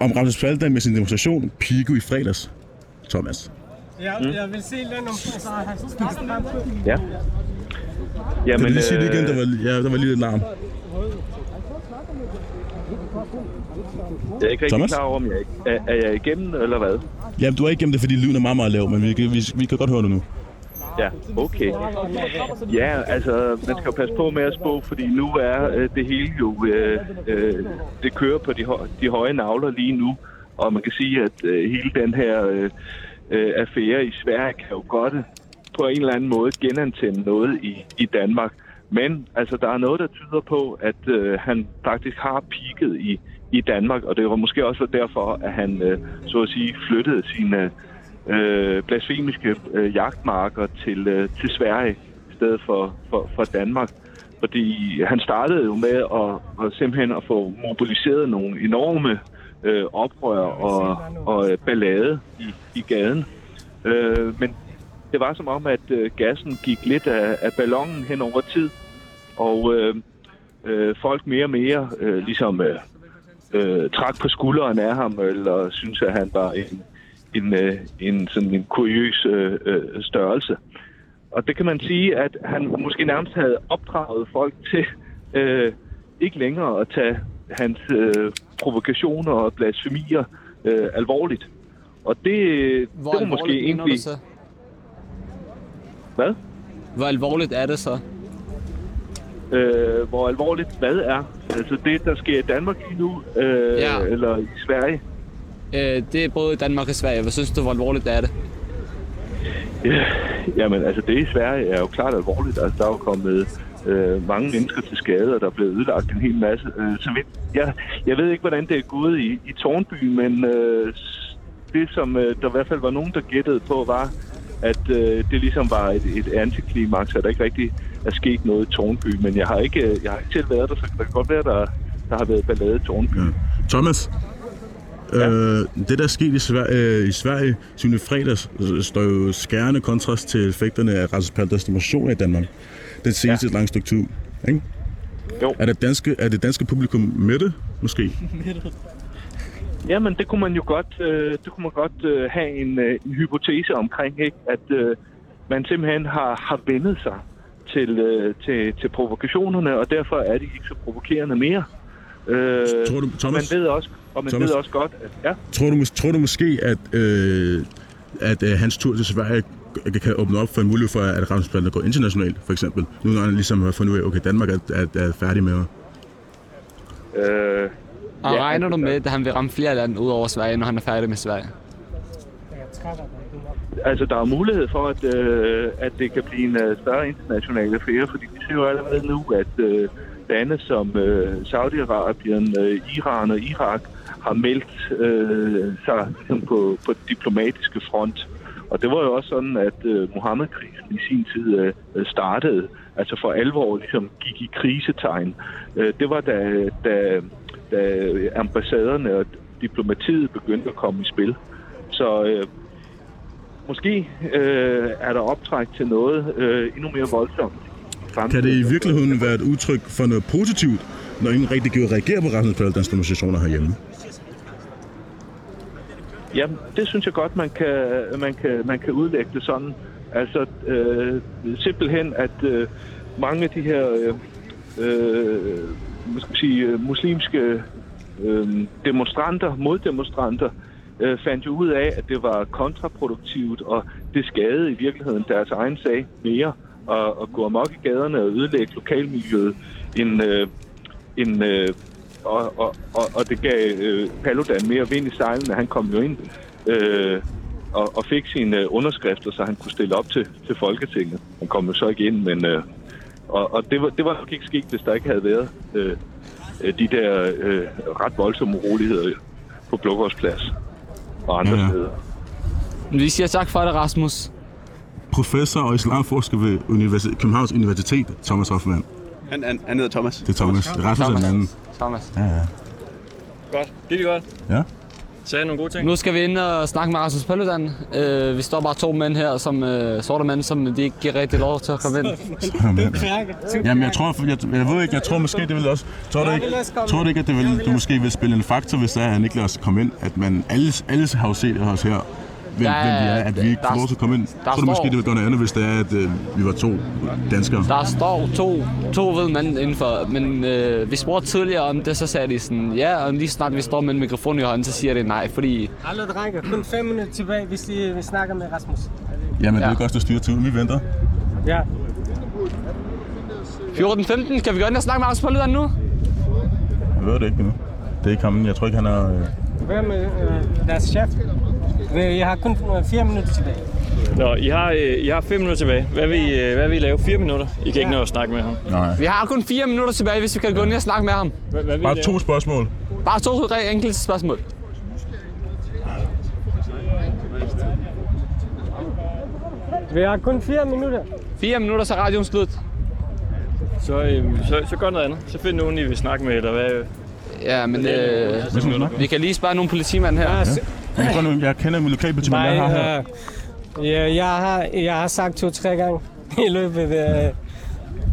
om Rasmus Paludan med sin demonstration pigo i fredags, Thomas.
Jeg,
Mm.
jeg vil se løn om
Ja.
Jamen, kan du lige sige det igen? Der var, ja, der var lige lidt larm.
Jeg er ikke rigtig
Thomas?
klar over, om jeg ikke- er, er jeg igennem, eller hvad?
Jamen, du er ikke igennem det, fordi lyden er meget, meget lav, men vi, kan- vi, vi kan godt høre det nu.
Ja, okay. Ja, altså, man skal jo passe på med at spå, fordi nu er øh, det hele jo... Øh, øh, det kører på de, hø- de høje navler lige nu. Og man kan sige, at øh, hele den her øh, øh, affære i Sverige kan jo godt øh, på en eller anden måde genantænde noget i, i Danmark. Men altså, der er noget, der tyder på, at øh, han faktisk har peaked i, i Danmark, og det var måske også derfor, at han øh, så at sige flyttede sine øh, blasfemiske øh, jagtmarker til, øh, til Sverige i stedet for, for, for Danmark. Fordi han startede jo med at, at simpelthen at få mobiliseret nogle enorme øh, oprør og, og øh, ballade i, i gaden. Øh, men det var som om, at øh, gassen gik lidt af, af ballonen hen over tid, og øh, øh, folk mere og mere øh, ligesom øh, øh, trak på skulderen af ham, øh, eller synes at han var en, en, øh, en, sådan en kuriøs øh, øh, størrelse. Og det kan man sige, at han måske nærmest havde opdraget folk til øh, ikke længere at tage hans øh, provokationer og blasfemier øh, alvorligt. Og det,
Hvor
det var
alvorligt
måske
mener du
egentlig...
så?
Hvad?
Hvor alvorligt er det så?
øh, hvor alvorligt hvad er. Altså det, der sker i Danmark lige nu, øh, ja. eller i Sverige.
Øh, det er både i Danmark og Sverige. Hvad synes du, hvor alvorligt er det?
Ja, jamen altså det i Sverige er jo klart alvorligt. Altså der er jo kommet øh, mange mennesker til skade, og der er blevet ødelagt en hel masse. Øh, så vidt. Jeg, jeg ved ikke, hvordan det er gået i, i Tornby, men øh, s- det, som øh, der i hvert fald var nogen, der gættede på, var, at øh, det ligesom var et, et antiklimaks, at der ikke rigtig er sket noget i Tornby. Men jeg har ikke, øh, jeg har ikke selv været der, så det kan godt være, der, der har været ballade i Tornby.
Thomas, ja. øh, det der skete i, Sver- øh, i Sverige syvende fredags, øh, står jo skærende kontrast til effekterne af Rasmus Paludans demonstrationer i Danmark. Den seneste ja. lange stykke tid, ikke?
Jo.
Er, det danske, er det danske publikum med det, måske?
Jamen, det kunne man jo godt, øh, det kunne man godt øh, have en, øh, en hypotese omkring, ikke? at øh, man simpelthen har, har vendet sig til, øh, til, til provokationerne, og derfor er de ikke så provokerende mere. Øh,
Tror du, Thomas?
Man ved også, og man
Thomas?
ved også godt, at ja,
Tror du, mås- tror du måske, at, øh, at øh, hans tur til Sverige g- kan åbne op for en mulighed for, at Rasmus Paludan går internationalt, for eksempel? Nu når han ligesom har fundet ud af, okay, Danmark er, er, er færdig med mig.
Øh,
og
ja,
regner du med, at han vil ramme flere lande ud over Sverige, når han er færdig med Sverige?
altså, der er mulighed for, at, øh, at det kan blive en øh, større international affære, fordi vi ser jo allerede nu, at øh, lande som øh, Saudi-Arabien, øh, Iran og Irak har meldt øh, sig ligesom på, på den diplomatiske front. Og det var jo også sådan, at øh, Mohammed-krisen i sin tid øh, øh, startede, altså for alvor ligesom gik i krisetegn. Øh, det var da, da, da ambassaderne og diplomatiet begyndte at komme i spil. Så øh, måske øh, er der optræk til noget øh, endnu mere voldsomt.
Kan det i virkeligheden være et udtryk for noget positivt, når ingen rigtig gider reagere på Rasmus Paludans demonstrationer herhjemme?
Ja, det synes jeg godt, man kan, man kan, man kan udlægge det sådan. Altså øh, simpelthen, at øh, mange af de her øh, øh, hvad skal man sige, øh, muslimske øh, demonstranter, moddemonstranter, øh, fandt jo ud af, at det var kontraproduktivt, og det skadede i virkeligheden deres egen sag mere at, at gå amok i gaderne og ødelægge lokalmiljøet, end, øh, end øh, og, og, og, og det gav øh, Paludan mere vind i sejlene. Han kom jo ind øh, og, og fik sine øh, underskrifter, så han kunne stille op til, til Folketinget. Han kom jo så ikke ind, men... Øh, og, og det var, det var nok ikke sket, hvis der ikke havde været øh, øh, de der øh, ret voldsomme uroligheder på Blågårdsplads og andre ja, ja. steder.
Vi siger tak for det, Rasmus.
Professor og islamforsker ved Universi- Københavns Universitet, Thomas Hoffmann.
Han, han, han hedder Thomas.
Det er Thomas. Rasmus er den anden.
Thomas.
Ja, ja.
Godt. Gik det godt?
Ja.
Sagde jeg nogle gode ting?
Nu skal vi ind og snakke med Rasmus Paludan. Øh, vi står bare to mænd her, som øh, sorte mænd, som de ikke giver rigtig lov til at komme ind.
Jamen, jeg tror, jeg, jeg ved ikke, jeg tror måske, det vil også... Tror du
Jeg
ikke,
vil også komme
tror du
ind.
ikke at det vil, du måske vil spille en faktor, hvis der er, at han ikke lader os komme ind? At man, alle, alle har jo set os her, hvem,
Der er-
hvem vi er, at vi ikke
der-
får lov til at komme ind.
der
Tror du måske,
står-
det vil gøre noget andet, hvis det er, at øh, vi var to danskere?
Der står to, to hvide mænd indenfor, men øh, vi spurgte tidligere om det, så sagde de sådan, ja, og lige snart vi står med en mikrofon i hånden, så siger det nej, fordi
Alle drenge, kun 5 minutter tilbage, hvis de vi snakker med Rasmus.
Jamen, det er godt, at styrer tiden. Vi venter.
Ja.
14.15, kan vi gå ind og snakke med Rasmus Paludan nu?
Jeg ved det ikke nu. Det er ikke ham. Jeg tror ikke, han er... øh,
være med øh, deres chef. Vi- Jeg har kun øh, fire minutter tilbage.
Nå, I har, øh, I har fem minutter tilbage. Hvad vil, I, øh, hvad vil I lave? Fire minutter? I kan ikke nå at snakke med ham.
Nej.
Vi har kun fire minutter tilbage, hvis vi kan gå ned og snakke med ham.
Hvad
Bare to spørgsmål.
Bare to re- enkelte spørgsmål.
Vi har kun fire minutter.
Fire minutter, så er radioen slut.
Så, øh, så, så gør noget andet. Så find nogen, I vil snakke med, eller hvad?
Ja, men øh, vi kan lige spørge nogle politimænd her.
Jeg kender, jeg kender min lokalpolitimand, jeg har her.
Nej, øh, ja, jeg, har, jeg har sagt to-tre gange *laughs* i løbet af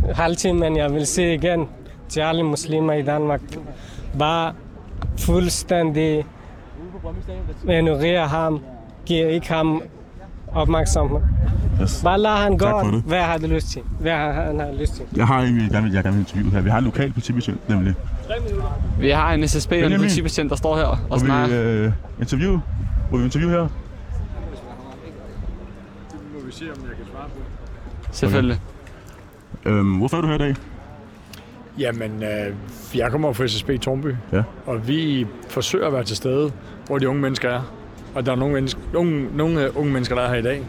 øh, halvtimen, men jeg vil sige igen til alle muslimer i Danmark, bare fuldstændig ignorere ham, giver ikke ham opmærksomhed.
Yes.
Bare lad han gå,
Tak for det.
hvad han har lyst til. Hvad han, han har lyst til.
Jeg har en, jeg gerne vil, jeg gerne vil interviewe her. Vi har en lokal politibetjent, nemlig.
Vi har en SSB og en
Benjamin.
politibetjent, der står her og
Hvor vi
snakker.
øh, interview. Hvor vi interview her.
Nu må vi se, om jeg kan svare på det.
Selvfølgelig.
Øhm, hvorfor er du her i dag?
Jamen, øh, jeg kommer fra SSB i Tornby,
Ja.
og vi forsøger at være til stede, hvor de unge mennesker er. Og der er nogle, mennesker, unge, nogle øh, unge mennesker, der er her i dag.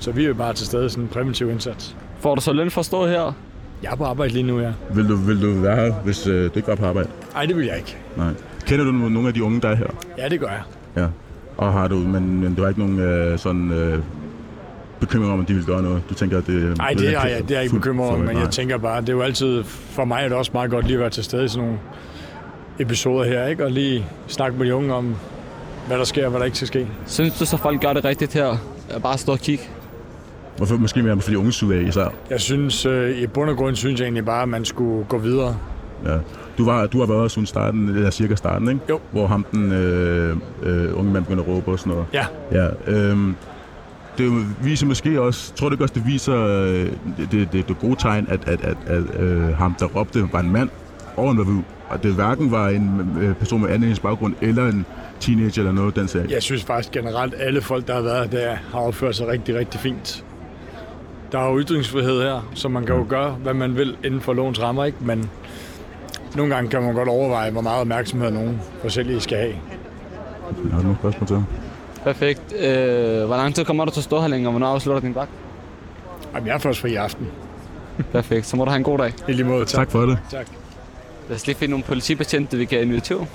Så vi er jo bare til stede i sådan en præventiv indsats.
Får du så løn for at stå her?
Jeg er på arbejde lige nu, ja.
Vil du, vil du være her, hvis øh, du ikke var på arbejde?
Nej, det vil jeg ikke.
Nej. Kender du no- nogle af de unge, der er her?
Ja, det gør jeg.
Ja. Og har du, men, men du har ikke nogen øh, sådan øh, bekymring om, at de vil gøre noget? Du tænker, at det...
Nej, det er,
er
jeg, det er jeg ikke
fuldt-
bekymret om,
fuldt-
men
nej.
jeg tænker bare, det er jo altid, for mig er det også meget godt lige at være til stede i sådan nogle episoder her, ikke? Og lige snakke med de unge om, hvad der sker og hvad der ikke skal ske.
Synes du så, folk gør det rigtigt her? Bare stå og kigge.
Hvorfor måske mere for de unge side af især?
Jeg synes, øh, i bund og grund synes jeg egentlig bare, at man skulle gå videre.
Ja. Du, var, du har været her siden starten, eller cirka starten, ikke?
Jo.
Hvor ham den øh, øh, unge mand begynder at råbe og sådan noget.
Ja.
ja øhm, det viser måske også, tror du ikke også, det viser øh, det, det, det gode tegn, at, at, at, at øh, ham, der råbte, var en mand og en bavu. Og det hverken var en øh, person med anden baggrund eller en teenager eller noget, den sag.
Jeg synes faktisk generelt, at alle folk, der har været her, der har opført sig rigtig, rigtig fint. Der er jo ytringsfrihed her, så man kan jo gøre, hvad man vil inden for lovens rammer, ikke? Men nogle gange kan man godt overveje, hvor meget opmærksomhed nogen forskellige skal have.
Har du nogle spørgsmål til ham?
Perfekt. Øh, hvor lang tid kommer du til at stå her længere? Hvornår afslutter din vagt?
Jamen, jeg er først fri i aften.
Perfekt. Så må du have en god dag.
I lige måde.
Tak. Tak for det.
Tak.
Lad os lige finde nogle politibetjente, vi kan invitere.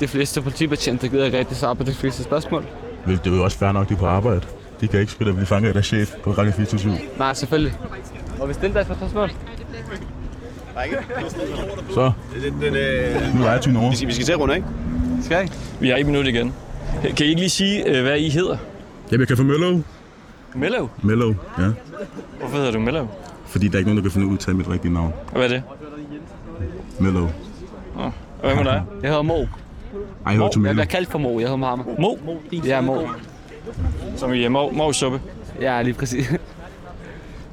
De fleste politibetjente gider ikke rigtig svare på de fleste spørgsmål.
Vel, det er jo også fair nok, de er på arbejde. De kan ikke spille at blive fanget af deres chef på Radio 24
Nej, selvfølgelig. Og hvis den der er spørgsmål?
Så.
øh,
Nu er jeg 20 år.
Vi skal, vi skal til at runde, ikke?
øh, Skal I?
Vi har et minut igen. Kan I ikke lige sige, øh, hvad I hedder?
Jamen, jeg kan få Mellow.
Mellow?
Mellow, ja.
Hvorfor hedder du Mellow?
Fordi der er ikke nogen, der kan finde ud af mit rigtige navn.
Og Hvad er det?
Mellow.
Nå, og hvad med dig?
Jeg hedder Mo.
Ej, hør til
Jeg
Mellow.
bliver kaldt for Mo. Jeg hedder Mohammed.
Mo?
Ja, Mo.
Som i øh, mov, Movsuppe?
Ja, lige præcis.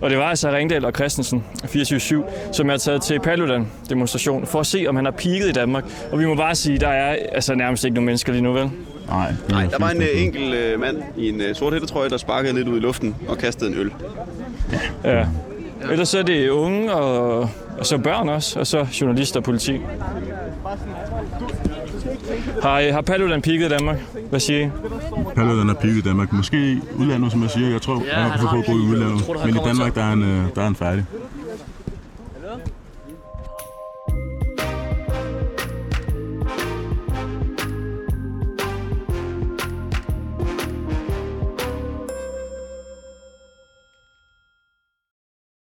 og det var altså Ringdal og Christensen, 24-7, som er taget til Paludan-demonstration for at se, om han har peaked i Danmark. Og vi må bare sige, der er altså nærmest ikke nogen mennesker lige nu, vel?
Nej.
Nej, der var en øh, enkelt øh, mand i en øh, sort hættetrøje, der sparkede lidt ud i luften og kastede en øl.
Ja. Ellers så er det unge og, og så børn også, og så journalister og politi. Har, øh, har Paludan peaked i Danmark? Hvad siger I?
Paludan er pigget i Danmark. Måske i udlandet, som jeg siger. Jeg tror, ja, han, kan
han
få
har
på at bo i
peaked.
udlandet.
Jeg tror, han
Men i
kommer
Danmark, der er, en, øh, der er en færdig.